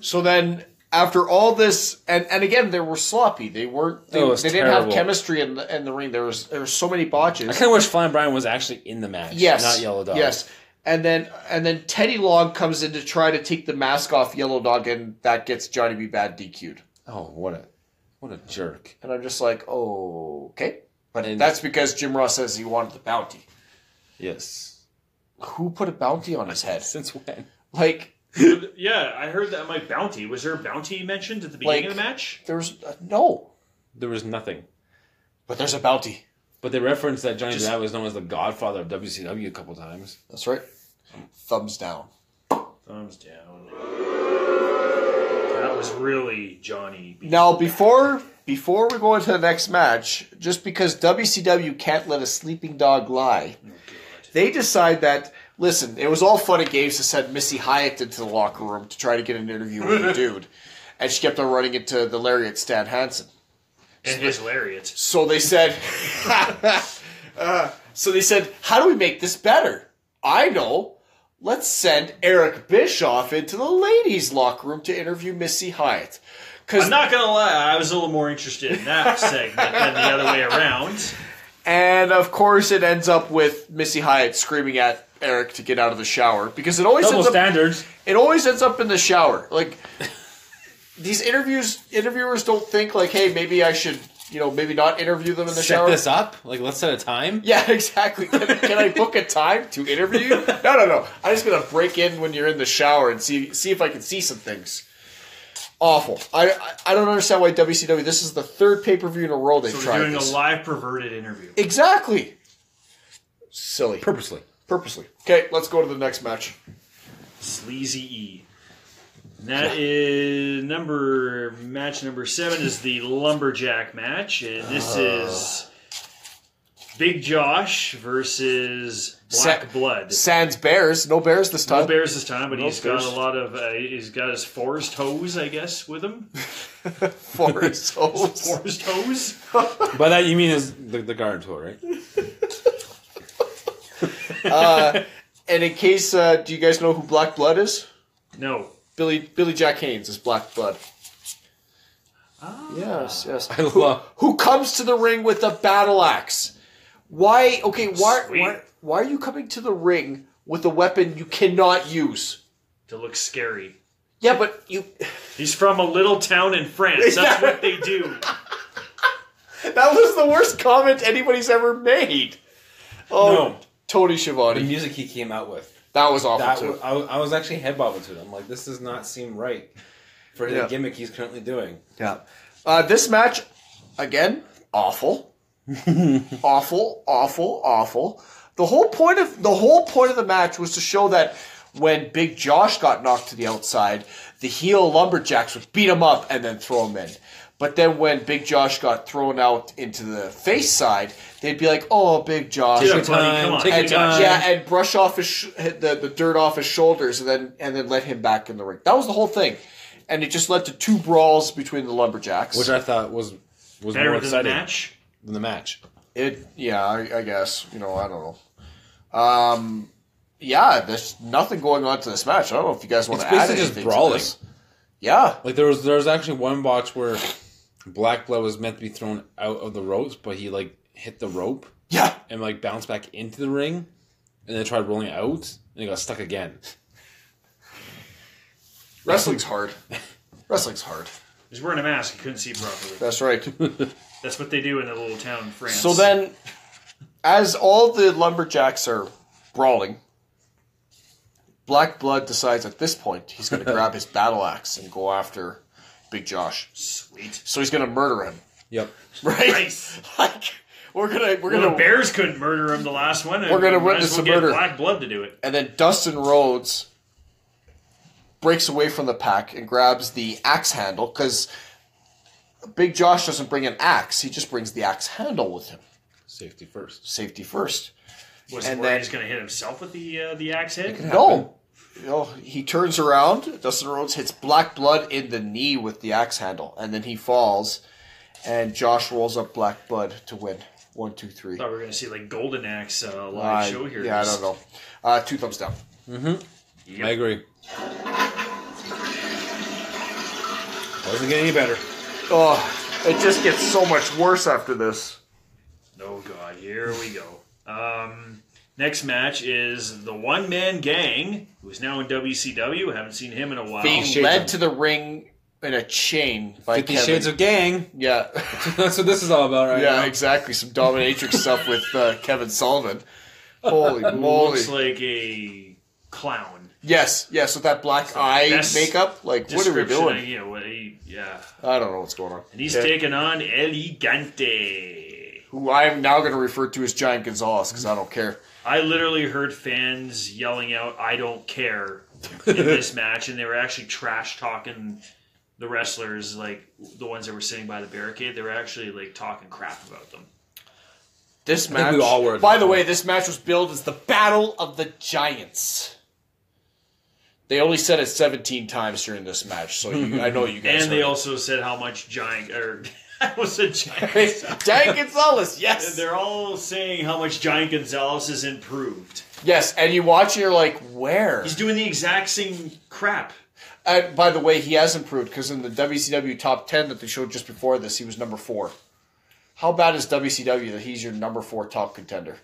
so then, after all this, and, and again, they were sloppy. They weren't. They, Oh, it was they didn't have terrible. chemistry in the, in the ring. There was there were so many I botches. kind of wish Flying Brian was actually in the match. Yes, Not Yellow Dog. Yes, and then and then Teddy Long comes in to try to take the mask off Yellow Dog, and that gets Johnny B Bad DQ'd. Oh, what a what a jerk. And I'm just like, oh, okay. But And- that's because Jim Ross says he wanted the bounty. Yes. Who put a bounty on his head? Since when? Like Uh, yeah, I heard that my bounty was there. A bounty mentioned at the Like- beginning of the match. there's uh, no, There was nothing. but there's a bounty. But they referenced that Johnny Just- Dad was known as the godfather of WCW a couple times. That's right. Thumbs down. Thumbs down. That was really Johnny. B. Now, before before we go into the next match, just because WCW can't let a sleeping dog lie, they decide that listen, it was all fun and games to send Missy Hyatt into the locker room to try to get an interview with the dude, and she kept on running into the lariat Stan Hansen. and his lariat. So they said, uh, so they said, how do we make this better? I know. Let's send Eric Bischoff into the ladies' locker room to interview Missy Hyatt. Because I'm not gonna lie, I was a little more interested in that segment than the other way around. And of course, it ends up with Missy Hyatt screaming at Eric to get out of the shower because it always Double ends up, standards. it always ends up in the shower. Like these interviews, interviewers don't think like, hey, maybe I should, you know, maybe not interview them in the Set shower. this up. Like let's set a time. Yeah, exactly. Can, can I book a time to interview you? No, no, no. I'm just gonna break in when you're in the shower and see see if I can see some things. Awful. I I, I don't understand why WCW. This is the third pay per view in a row they've So we're tried doing this. a live perverted interview. exactly. Silly. Purposely. purposely. Okay, let's go to the next match. Sleazy E. And That is number match number seven is the lumberjack match, and Uh. this is Big Josh versus Black Sa- Blood. Sans bears, no bears this time. No bears this time, but he's bears. got a lot of uh, he's got his forest hose, I guess, with him. Forest hoes. Forest hose. By that you mean is the, the garden tool, right? And in case, uh, do you guys know who Black Blood is? No, Billy Billy Jack Haynes is Black Blood. Ah. Yes, yes. I love Who comes to the ring with a battle axe? Why? Okay, why? Sweet. Why, why are you coming to the ring with a weapon you cannot use? to look scary. Yeah, but you. He's from a little town in France. That's what they do. That was the worst comment anybody's ever made. Oh, no. Tony the Schiavone. music he came out with. That was awful That too. w- I, I was actually headbobbled to it. I'm like, this does not seem right for the Yeah. gimmick he's currently doing. Yeah. Uh, this match, again, awful, awful, awful, awful. The whole point of the whole point of the match was to show that when Big Josh got knocked to the outside, the heel lumberjacks would beat him up and then throw him in. But then when Big Josh got thrown out into the face side, they'd be like, "Oh, Big Josh." Yeah, Take your buddy, time, come on. take your and, uh, time. yeah, and brush off his sh- the, the dirt off his shoulders, and then and then let him back in the ring. That was the whole thing, and it just led to two brawls between the lumberjacks. Which I thought was was Better more than the exciting match. than the match. It, yeah, I, I guess you know, I don't know. Um, yeah, there's nothing going on to this match. I don't know if you guys want It's to add basically anything just to brawling. this. Yeah, Like there was there was actually one botch where Black Blood was meant to be thrown out of the ropes, but he like hit the rope yeah, and like bounced back into the ring, and then tried rolling out and he got stuck again. wrestling's hard. Wrestling's hard. He's wearing a mask. He couldn't see properly. That's right. That's what they do in a little town in France. So then, as all the lumberjacks are brawling, Black Blood decides at this point he's going to grab his battle axe and go after Big Josh. sweet. So he's going to murder him, Yep. right? Nice. Like we're gonna we're Well, gonna the Bears couldn't murder him the last one. We're gonna We might witness as well a get murder. Black blood to do it. and then Dustin Rhodes breaks away from the pack and grabs the axe handle because Big Josh doesn't bring an axe; he just brings the axe handle with him. Safety first. Safety first. Was And and then- he's gonna hit himself with the uh, the axe head? No. No, he turns around. Dustin Rhodes hits Black Blood in the knee with the axe handle, and then he falls. And Josh rolls up Black Blood to win. One, two, three. Thought we were gonna see like Golden Axe uh, live I- show here. yeah, I don't know. Uh, two thumbs down. I agree. Doesn't get any better. Oh, it just gets so much worse after this. Oh god, here we go. Um, next match is the One Man Gang, who is now in WCW. Haven't seen him in a while. Being Shades led of- to the ring in a chain by Fifty Kevin. Shades of Gang. yeah, That's what this is all about, right? yeah, now. exactly. Some dominatrix stuff with uh, Kevin Sullivan. Holy moly! Looks like a clown. Yes, yes, with that black eye that's makeup. Like, what are we Description, doing? You know, what he- yeah. I don't know what's going on. And he's Yeah. taking on Elegante. Who I am now going to refer to as Giant Gonzalez because I don't care. I literally heard fans yelling out, I don't care in this match. And they were actually trash talking the wrestlers, like the ones that were sitting by the barricade. They were actually like talking crap about them. This think match. we all were at by that the way, point. this match was billed as the Battle of the Giants. They only said it 17 times during this match, so you, I know you guys. And they heard it. also said how much giant, or I was a giant. Hey, Giant Gonzalez, yes, They're all saying how much Giant Gonzalez has improved. yes, and you watch, and you're like, where? He's doing the exact same crap. And by the way, he has improved because in the WCW top 10 that they showed just before this, he was number four. How bad is WCW that he's your number four top contender?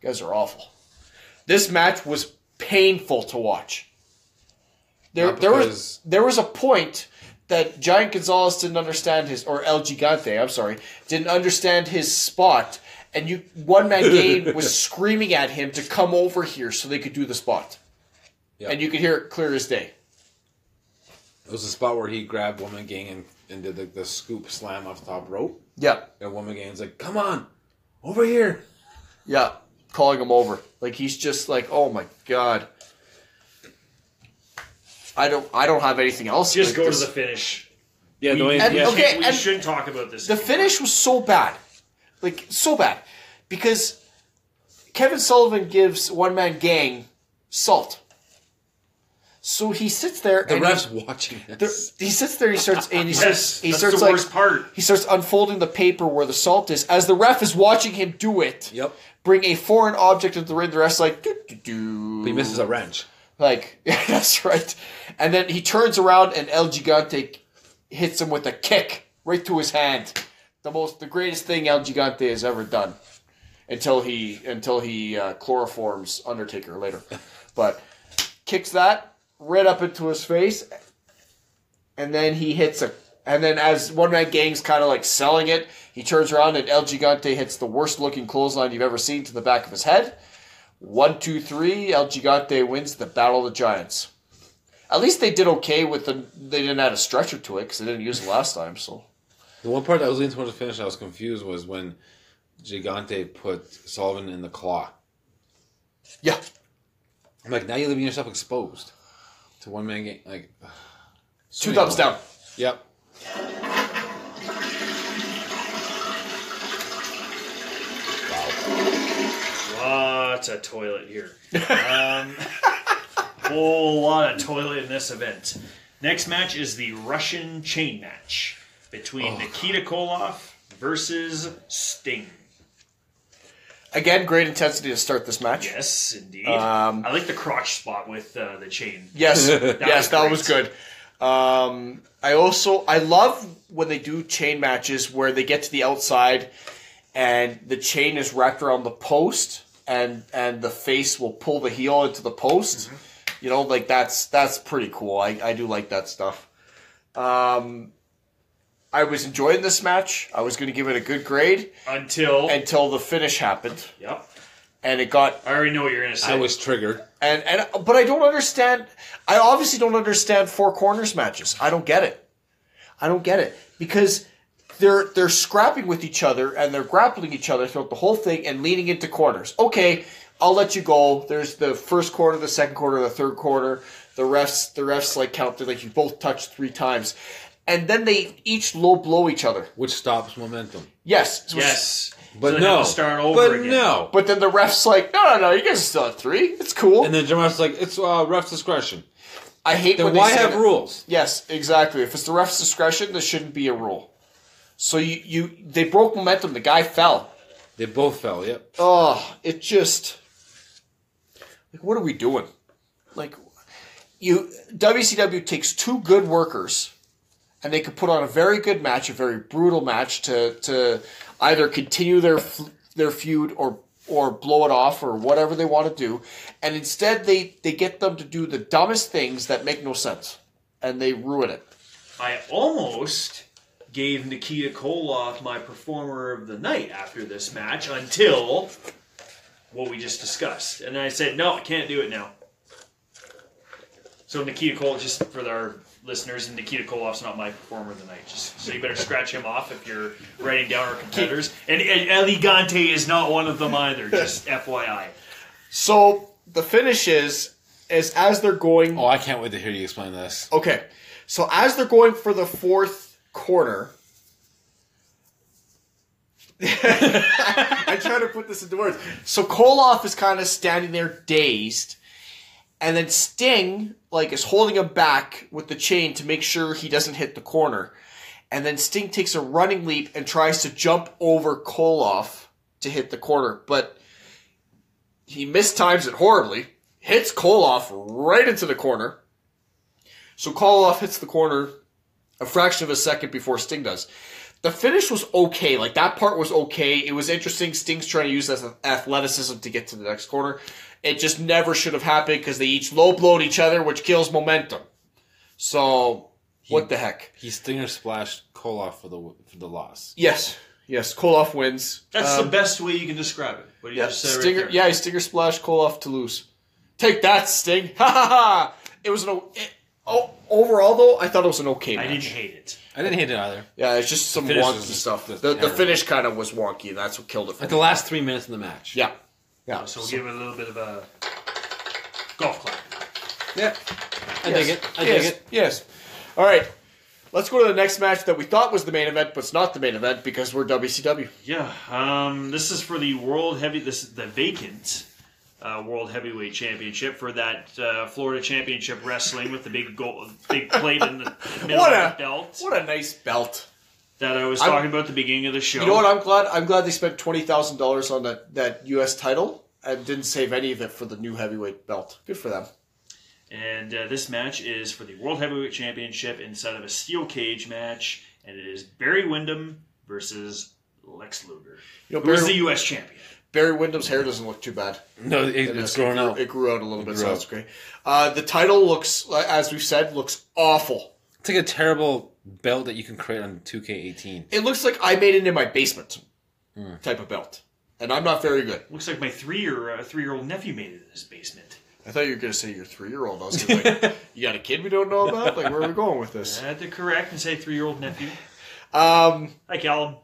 You guys are awful. This match was painful to watch. There, Not there because- was there was a point that Giant Gonzalez didn't understand his or El Gigante, I'm sorry, didn't understand his spot, and you one man game was screaming at him to come over here so they could do the spot, Yeah. and you could hear it clear as day. It was the spot where he grabbed Woman Gang and, and did the, the scoop slam off the top rope. Yeah, And Woman Gang's like, come on, over here. Yeah, calling him over. Like he's just like, oh my god. I don't. I don't have anything else. Just Like, go this- to the finish. Yeah, the We- way and- yeah. okay. we and- shouldn't talk about this. The finish was so bad, like so bad, because Kevin Sullivan gives one man gang salt. So he sits there. the and ref's watching this. He, he sits there. He starts and he Yes, starts. He that's starts the like worst part. he starts unfolding the paper where the salt is as the ref is watching him do it. Yep. Bring a foreign object into the ring. The ref's like, doo, doo, doo. He misses a wrench. Like that's right. And then he turns around and El Gigante hits him with a kick right to his hand. The most, the greatest thing El Gigante has ever done, until he until he uh, chloroforms Undertaker later. But kicks that right up into his face, and then he hits a. And then as one man gang's kind of like selling it, he turns around and El Gigante hits the worst looking clothesline you've ever seen to the back of his head. One, two, three. El Gigante wins the Battle of the Giants. At least they did okay with the. They didn't add a stretcher to it because they didn't use it last time. So The one part that I was leaning towards the finish, I was confused, was when Gigante put Sullivan in the claw. yeah, I'm like, now you're leaving yourself exposed to one man game. Like, two thumbs down. Yep. Lots of toilet here. Um, whole lot of toilet in this event. Next match is the Russian chain match Oh, between Nikita Koloff versus Sting. Again, great intensity to start this match. Yes, indeed. Um, I like the crotch spot with uh, the chain. Yes, yes, was that great. was good. Um, I also I love when they do chain matches where they get to the outside and the chain is wrapped around the post and and the face will pull the heel into the post. Mm-hmm. You know, like that's that's pretty cool. I, I do like that stuff. Um, I was enjoying this match. I was going to give it a good grade Until until the finish happened, yep, and it got I already know what you're gonna say. I was triggered. and and but I don't understand. I obviously don't understand four corners matches. I don't get it. I don't get it because they're they're scrapping with each other and they're grappling each other throughout the whole thing and leaning into corners. Okay, I'll let you go. There's the first quarter, the second quarter, the third quarter. The refs the refs like counted like you both touched three times, and then they each low blow each other. which stops momentum. Yes, yes, But So they no, have to start over but again. no. But then the refs like no no no you guys are still at three. It's cool. And then Jamar's like, it's uh, ref's discretion. I hate Then when why they say have that. rules? Yes, exactly. If it's the ref's discretion, there shouldn't be a rule. So you, you they broke momentum. The guy fell. They both fell. Yep. Oh, it just like what are we doing? Like you WCW takes two good workers and they could put on a very good match, a very brutal match to to either continue their f- their feud or or blow it off or whatever they want to do. And instead they they get them to do the dumbest things that make no sense and they ruin it. I almost gave Nikita Koloff my performer of the night after this match until what we just discussed. And I said, no, I can't do it now. So Nikita Koloff, just for our listeners, and Nikita Koloff's not my performer of the night. Just, so you better scratch him off if you're writing down our competitors. And, and Eligante is not one of them either, just FYI. So the finish is is as they're going Oh, I can't wait to hear you explain this. Okay. So as they're going for the fourth corner, I try to put this into words. So Koloff is kind of standing there dazed, and then Sting like is holding him back with the chain to make sure he doesn't hit the corner. And then Sting takes a running leap and tries to jump over Koloff to hit the corner, but he mistimes it horribly. Hits Koloff right into the corner. So Koloff hits the corner a fraction of a second before Sting does. The finish was okay. Like that part was okay. It was interesting. Sting's trying to use that athleticism to get to the next corner. It just never should have happened because they each low blowed each other, which kills momentum. So what the heck? He stinger splashed Koloff for the for the loss. Yes, yes. Koloff wins. That's Um, the best way you can describe it. What you yeah, just said right Stinger. there. yeah, Stinger splash Koloff to lose. Take that, Sting! Ha ha ha! It was an. o- It, oh, overall though, I thought it was an okay. I Match. didn't hate it. I didn't hate it either. Yeah, it's just some finish wonky was just- stuff. just The, the terrible. finish kind of was wonky, and that's what killed it for Like me. the last three minutes of the match. Yeah, yeah. So we'll give it a little bit of a golf clap. yeah. I dig it. I yes. dig it. Yes. All right. Let's go to the next match that we thought was the main event, but it's not the main event because we're WCW. Yeah, um, this is for the world heavy. This is the vacant uh, world heavyweight championship for that uh, Florida Championship Wrestling with the big gold, big plate in the middle What of a the belt What a nice belt. that I was I'm- talking about at the beginning of the show. You know what? I'm glad. I'm glad they spent twenty thousand dollars on that that U.S. title and didn't save any of it for the new heavyweight belt. Good for them. and uh, this match is for the world heavyweight championship inside of a steel cage match, and it is Barry Windham versus Lex Luger, You know, who is the Barry, U.S. champion. Barry Wyndham's hair doesn't look too bad. No, it, it's growing out. It grew out a little bit, so grew out. that's great. Uh, the title looks, uh, as we've said, looks awful. It's like a terrible belt that you can create on 2K18. It looks like I made it in my basement type of belt. And I'm not very good. Looks like my three-year uh, three-year-old nephew made it in his basement. I thought you were going to say you're three year old. I was gonna be like, you got a kid we don't know about? Like, where are we going with this? I had to correct and say three-year-old nephew. Um, Hi, Callum.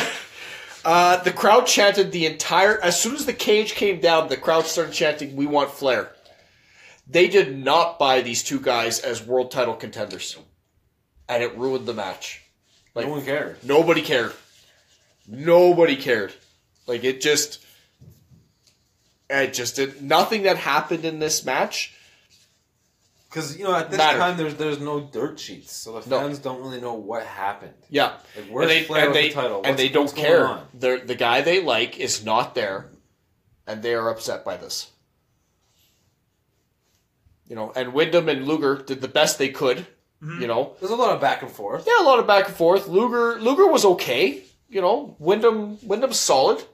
uh, the crowd chanted the entire. As soon as the cage came down, the crowd started chanting, We want Flair. They did not buy these two guys as world title contenders. And it ruined the match. No one cared. Nobody cared. Nobody cared. Like it just, it just did nothing that happened in this match. Because, you know, at this Matter. time, there's there's no dirt sheets, so the No. fans don't really know what happened. Yeah, Like, where's Flair with the title? and they What's- don't what's going care. on? The the guy they like is not there, and they are upset by this. You know, and Wyndham and Luger did the best they could. Mm-hmm. You know, There's a lot of back and forth. yeah, a lot of back and forth. Luger Luger was okay. You know, Wyndham Wyndham's solid.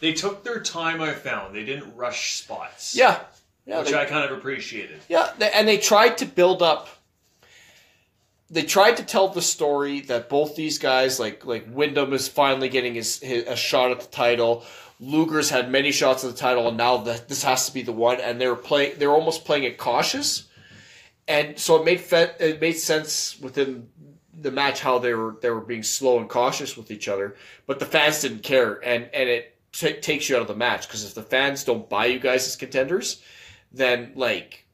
They took their time, I found. They didn't rush spots. Yeah, yeah. Which they- I kind of appreciated. Yeah, they, and they tried to build up. They tried to tell the story that both these guys, like like Wyndham, is finally getting his, his a shot at the title. Luger's had many shots at the title, and now the, this has to be the one. And they were playing. They're almost playing it cautious, and so it made fe- it made sense within the match how they were they were being slow and cautious with each other. But the fans didn't care, and and it ta- takes you out of the match because if the fans don't buy you guys as contenders, then like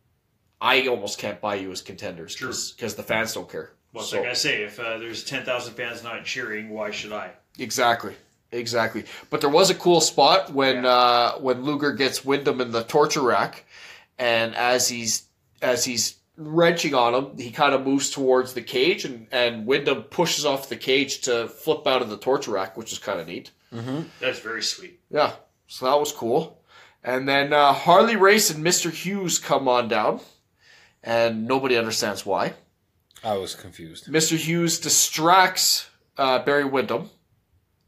I almost can't buy you as contenders because the fans don't care. Well, it's So- like I say, if uh, there's 10,000 fans not cheering, why should I? exactly, exactly. But there was a cool spot when Yeah. uh, when Luger gets Wyndham in the torture rack, and as he's as he's wrenching on him, he kind of moves towards the cage, and and Wyndham pushes off the cage to flip out of the torture rack, which is kind of neat. That's very sweet. Yeah, so that was cool. And then uh, Harley Race and Mr. Hughes come on down, and nobody understands why. I was confused. Mr. Hughes distracts uh, Barry Windham,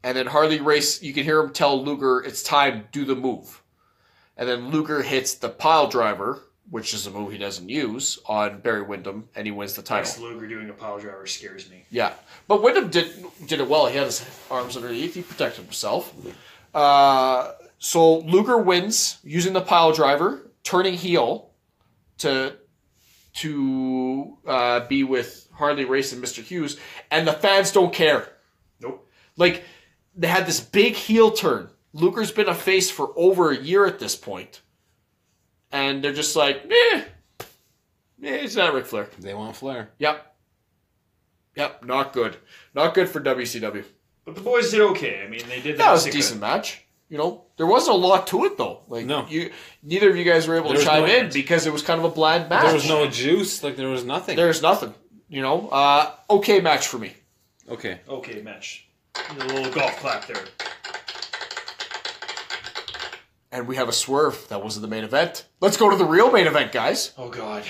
and then Harley Race. You can hear him tell Luger, "It's time, do the move." And then Luger hits the pile driver, which is a move he doesn't use, on Barry Windham, and he wins the Lex title. Luger doing a pile driver scares me. Yeah, but Wyndham did did it well. He had his arms underneath. He protected himself. Uh, so Luger wins using the pile driver, turning heel to to uh, be with Harley Race and Mr. Hughes, and the fans don't care. Nope. Like they had this big heel turn. Luger's been a face for over a year at this point, and they're just like, eh, eh it's not Ric Flair. They want Flair. Yep. Yep, not good. Not good for WCW. But the boys did okay. I mean, they did That that was a decent match. You know, there wasn't a lot to it though. Like No. you neither of you guys were able There to was chime no in offense. because it was kind of a bland match. There was no juice. Like there was nothing. There's nothing. You know? Uh okay match for me. okay. Okay, match. Need A little golf clap there. And we have a swerve. That wasn't the main event. Let's go to the real main event, guys. Oh God.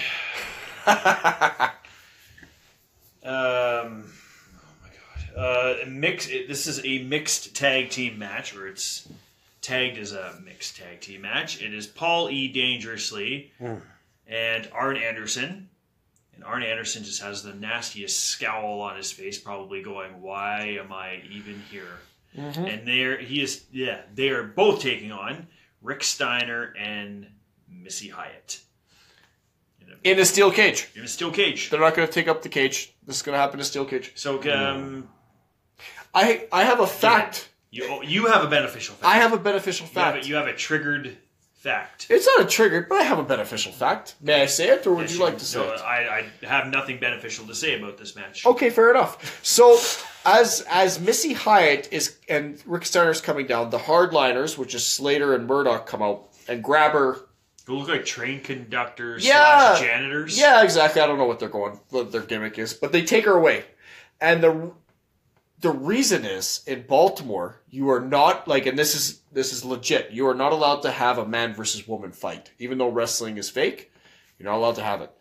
um. Oh my God. Uh, mix. This is a mixed tag team match, or it's tagged as a mixed tag team match. It is Paul E. Dangerously and Arn Anderson. And Arn Anderson just has the nastiest scowl on his face, probably going, "Why am I even here?" And there he is. Yeah, they are both taking on Rick Steiner and Missy Hyatt In a steel cage. in a steel cage. They're not gonna take up the cage. This is gonna happen in a steel cage. So um, I I have a fact. you oh, you have a beneficial fact. I have a beneficial you, have fact. a, you have a triggered fact. it's not a trigger, but I have a beneficial fact. May I say it or would you like to say Oh. No, it? I, I have nothing beneficial to say about this match. Okay, fair enough. So as as Missy Hyatt is and Rick Steiner's coming down, the hardliners, which is Slater and Murdoch, come out and grab her. You look like train conductors Yeah. slash janitors. Yeah, exactly. I don't know what they're going, what their gimmick is, but they take her away. And the the reason is in Baltimore, you are not like, and this is this is legit. You are not allowed to have a man versus woman fight, even though wrestling is fake. You're not allowed to have it.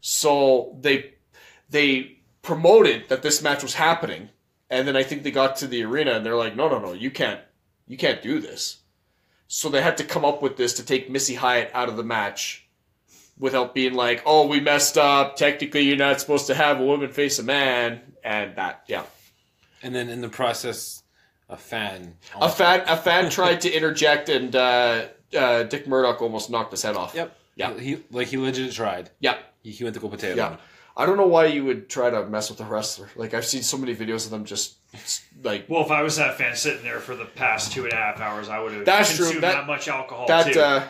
So they they promoted that this match was happening, and then I think they got to the arena and they're like, no, no, no, you can't, you can't do this. So they had to come up with this to take Missy Hyatt out of the match, without being like, oh, we messed up. Technically, you're not supposed to have a woman face a man, and that, yeah. And then in the process, a fan. A fan, a fan tried to interject, and uh, uh, Dick Murdoch almost knocked his head off. Yep. Yeah. He like he legit tried. Yeah. He, he went to go potato. Yeah. I don't know why you would try to mess with a wrestler. Like I've seen so many videos of them just like Well, if I was that fan sitting there for the past two and a half hours, I would have That's true. consumed That- that, much alcohol that. too. Uh,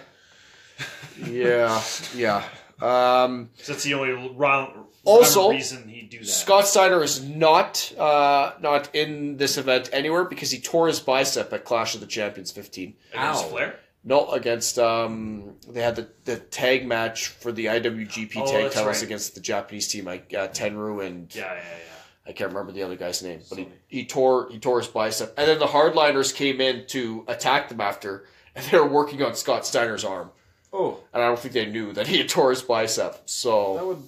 yeah, yeah. Um, 'Cause that's the only round, Also, reason he'd do that. Scott Steiner is not uh, not in this event anywhere because he tore his bicep at Clash of the Champions 15. against Ow. Flair. No, against um, they had the, the tag match for the IWGP Oh, tag that's titles right. against the Japanese team, like uh, Tenru and Yeah, yeah, yeah. I can't remember the other guy's name, but he, he tore he tore his bicep, and then the hardliners came in to attack them after, and they were working on Scott Steiner's arm, Oh, and I don't think they knew that he had tore his bicep. that So would.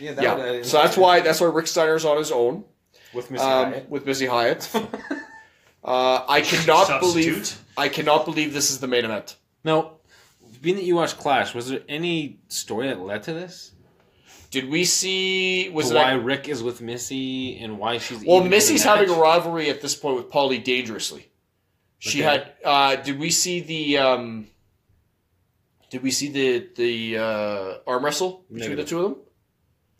Yeah. That yeah, Would, uh, so that's why that's why Rick Steiner's on his own with Missy um, Hyatt. with Missy Hyatt. uh, I cannot believe Substitute. I cannot believe this is the main event. Now, being that you watched Clash, was there any story that led to this? Did we see was To it? why Rick is with Missy and why she's Well, even in the Missy's having a match? rivalry at this point with Paulie dangerously. She Okay. had. Uh, did we see the? Um, did we see the the uh, arm wrestle between Negative. the two of them?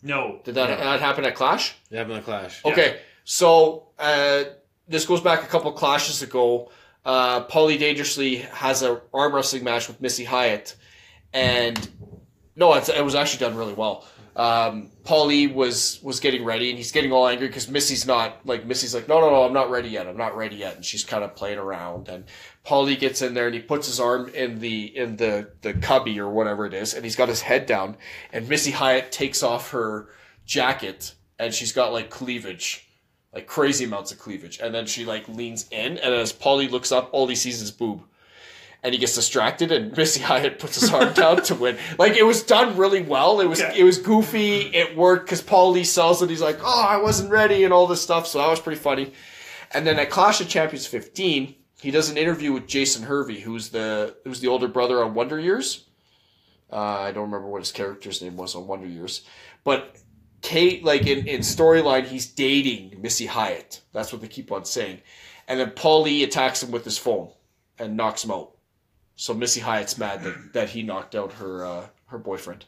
No, Did that No. not happen at Clash? They're having a clash. Okay, so uh, this goes back a couple clashes ago. Uh, Paulie dangerously has a arm wrestling match with Missy Hyatt, and no, it's, it was actually done really well. Um, Paulie was was getting ready, and he's getting all angry because Missy's not like Missy's like, no, no, no, I'm not ready yet. I'm not ready yet, and she's kind of playing around. And Paulie gets in there and he puts his arm in the in the the cubby or whatever it is, and he's got his head down. And Missy Hyatt takes off her jacket, and she's got like cleavage, like crazy amounts of cleavage. And then she like leans in, and as Paulie looks up, all he sees is boob. and he gets distracted, and Missy Hyatt puts his arm down to win. Like it was done really well. It was Yeah. it was goofy. It worked because Paul Lee sells it. He's like, "Oh, I wasn't ready," and all this stuff. So that was pretty funny. And then at Clash of Champions 15, he does an interview with Jason Hervey, who's the who's the older brother on Wonder Years. Uh, I don't remember what his character's name was on Wonder Years, but Kate, like in, in storyline, he's dating Missy Hyatt. That's what they keep on saying. And then Paul Lee attacks him with his phone and knocks him out. So Missy Hyatt's mad that, that he knocked out her uh, her boyfriend.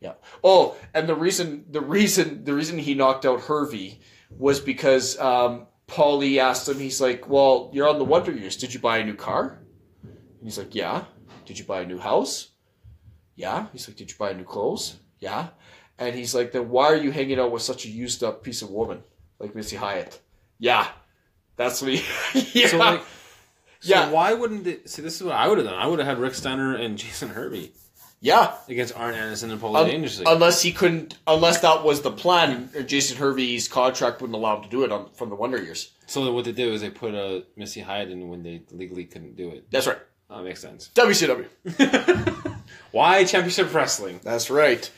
Yeah. Oh, and the reason the reason the reason he knocked out Hervey was because um, Paul Lee asked him. He's like, "Well, you're on the Wonder Years. Did you buy a new car?" And he's like, "Yeah." Did you buy a new house? Yeah. He's like, "Did you buy new clothes?" Yeah. And he's like, "Then why are you hanging out with such a used up piece of woman like Missy Hyatt?" Yeah. That's what he. yeah. So like, so Yeah. why wouldn't it? See, this is what I would have done. I would have had Rick Steiner and Jason Hervey yeah. against Arn Anderson and Um, Paulie Dangerously. Unless he couldn't, unless that was the plan, or Jason Hervey's contract wouldn't allow him to do it on, from the Wonder Years. so then what they did was they put uh, Missy Hyatt in when they legally couldn't do it. That's right. That makes sense. WCW. Why championship wrestling? That's right.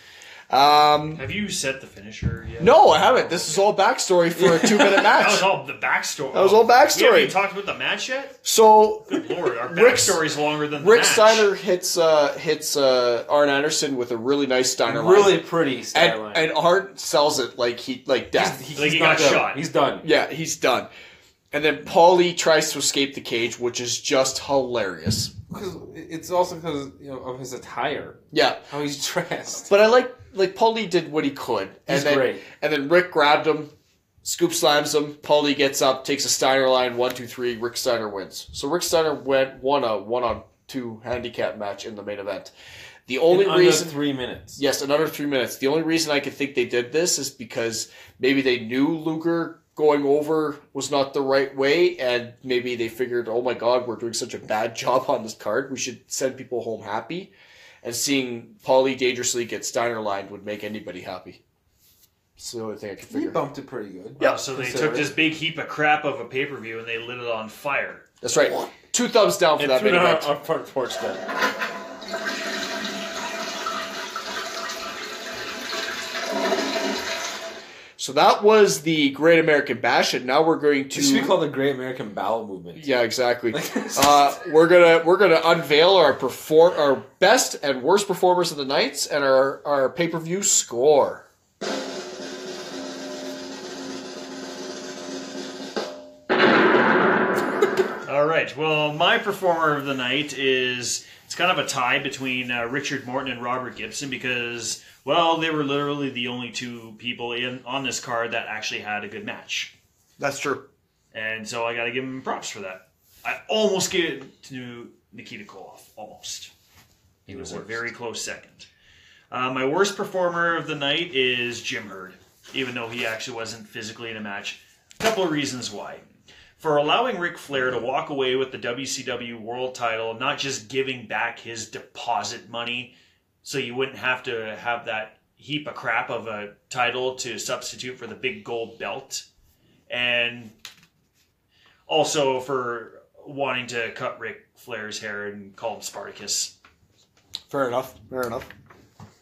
Um, Have you set the finisher yet? no, I haven't. This is all backstory for a two minute That was match. all the backstory. That was all backstory. We haven't even talked about the match yet. So Lord, our Rick's- backstory's longer than the Rick match. Steiner hits uh, hits uh, Arn Anderson with a really nice Steiner line. Really pretty and, skyline. and Arn sells it like he like death. Like he got done. shot. He's done. Yeah, he's done. And then Paulie tries to escape the cage, which is just hilarious. Because it's also because you know of his attire, Yeah. how he's dressed. But I like like Paulie did what he could, and He's then great. and then Rick grabbed him, scoop slams him. Paulie gets up, takes a Steiner line, one two three. Rick Steiner wins. So Rick Steiner went won a one on two handicap match in the main event. The only Under reason three minutes. Yes, another three minutes. The only reason I could think they did this is because maybe they knew Luger going over was not the right way, and maybe they figured, oh my god, we're doing such a bad job on this card. We should send people home happy. And seeing Paulie dangerously get Steiner lined would make anybody happy. It's the only thing I could He figure. bumped it pretty good. Yeah. Uh, So they Consider took it. this big heap of crap of a pay per view and they lit it on fire. That's right. Two thumbs down for And that threw main it on event. our, our front porch then. So that was the Great American Bash, and now we're going to. It should be called the Great American Ballot Movement. Yeah, exactly. uh, we're gonna we're gonna unveil our perform our best and worst performers of the nights and our our pay per view score. All right. Well, my performer of the night is it's kind of a tie between uh, Richard Morton and Robert Gibson because well, they were literally the only two people in on this card that actually had a good match, That's true. and so I got to give them props for that. I almost gave it to Nikita Koloff, almost. He was a very close second. Uh, my worst performer of the night is Jim Hurd, even though he actually wasn't physically in a match. A couple of reasons why. For allowing Ric Flair to walk away with the WCW World title, not just giving back his deposit money, so you wouldn't have to have that heap of crap of a title to substitute for the big gold belt. And also for wanting to cut Ric Flair's hair and call him Spartacus. Fair enough. Fair enough.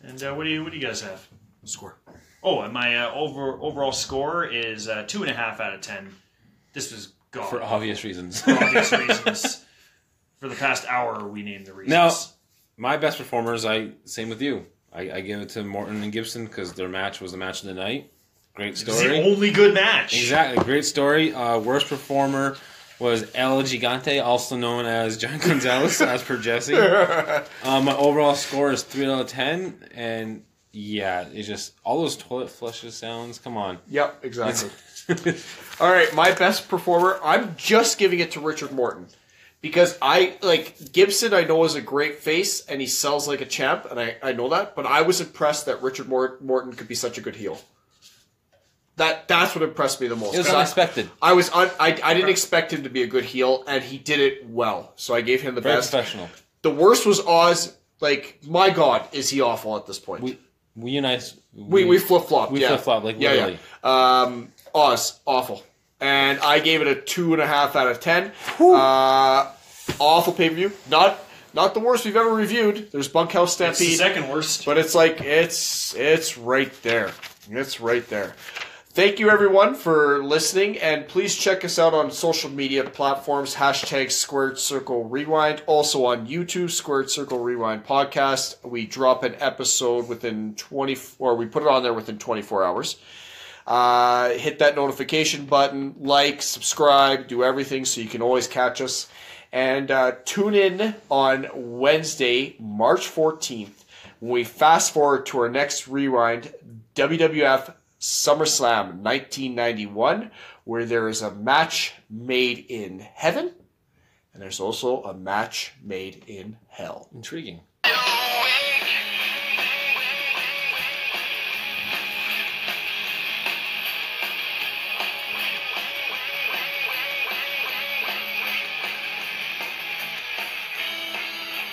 And uh, what do you what do you guys have? Score. Oh, and my uh, over overall score is uh, two and a half out of ten. This was gone For obvious reasons. obvious reasons. For the past hour, we named the reasons. Now- My best performers, I same with you. I, I give it to Morton and Gibson because their match was the match of the night. Great it's the story. only good match. Exactly, great story. Uh, worst performer was El Gigante, also known as John Gonzalez, as per Jesse. Um, my overall score is three out of ten, and yeah, it's just all those toilet flushes sounds. Come on, Yep. Exactly. All right, my best performer. I'm just giving it to Richard Morton because I like Gibson. I know is a great face and he sells like a champ, and I, I know that. But I was impressed that Richard Mort- Morton could be such a good heel. That that's what impressed me the most. it was 'Cause I- unexpected. I was un- I, I didn't expect him to be a good heel, and he did it well. So I gave him the Very best. professional. The worst was Oz. Like my God, is he awful at this point? We we and I we, we flip flop. we yeah. flip-flop, like, yeah, literally. Yeah. Um, Oz awful, and I gave it a two and a half out of ten. Uh, awful pay per view. Not not the worst we've ever reviewed. There's Bunkhouse That's the Stampede, second worst. but it's like it's it's right there. It's right there. Thank you everyone for listening, and please check us out on social media platforms hashtag Squared Circle Rewind. Also on YouTube, Squared Circle Rewind podcast. We drop an episode within twenty, or we put it on there within twenty four hours. Uh, hit that notification button, like, subscribe, do everything so you can always catch us. And uh, tune in on Wednesday, March 14th, when we fast forward to our next rewind WWF SummerSlam 1991, where there is a match made in heaven, and there's also a match made in hell. Intriguing. Yo,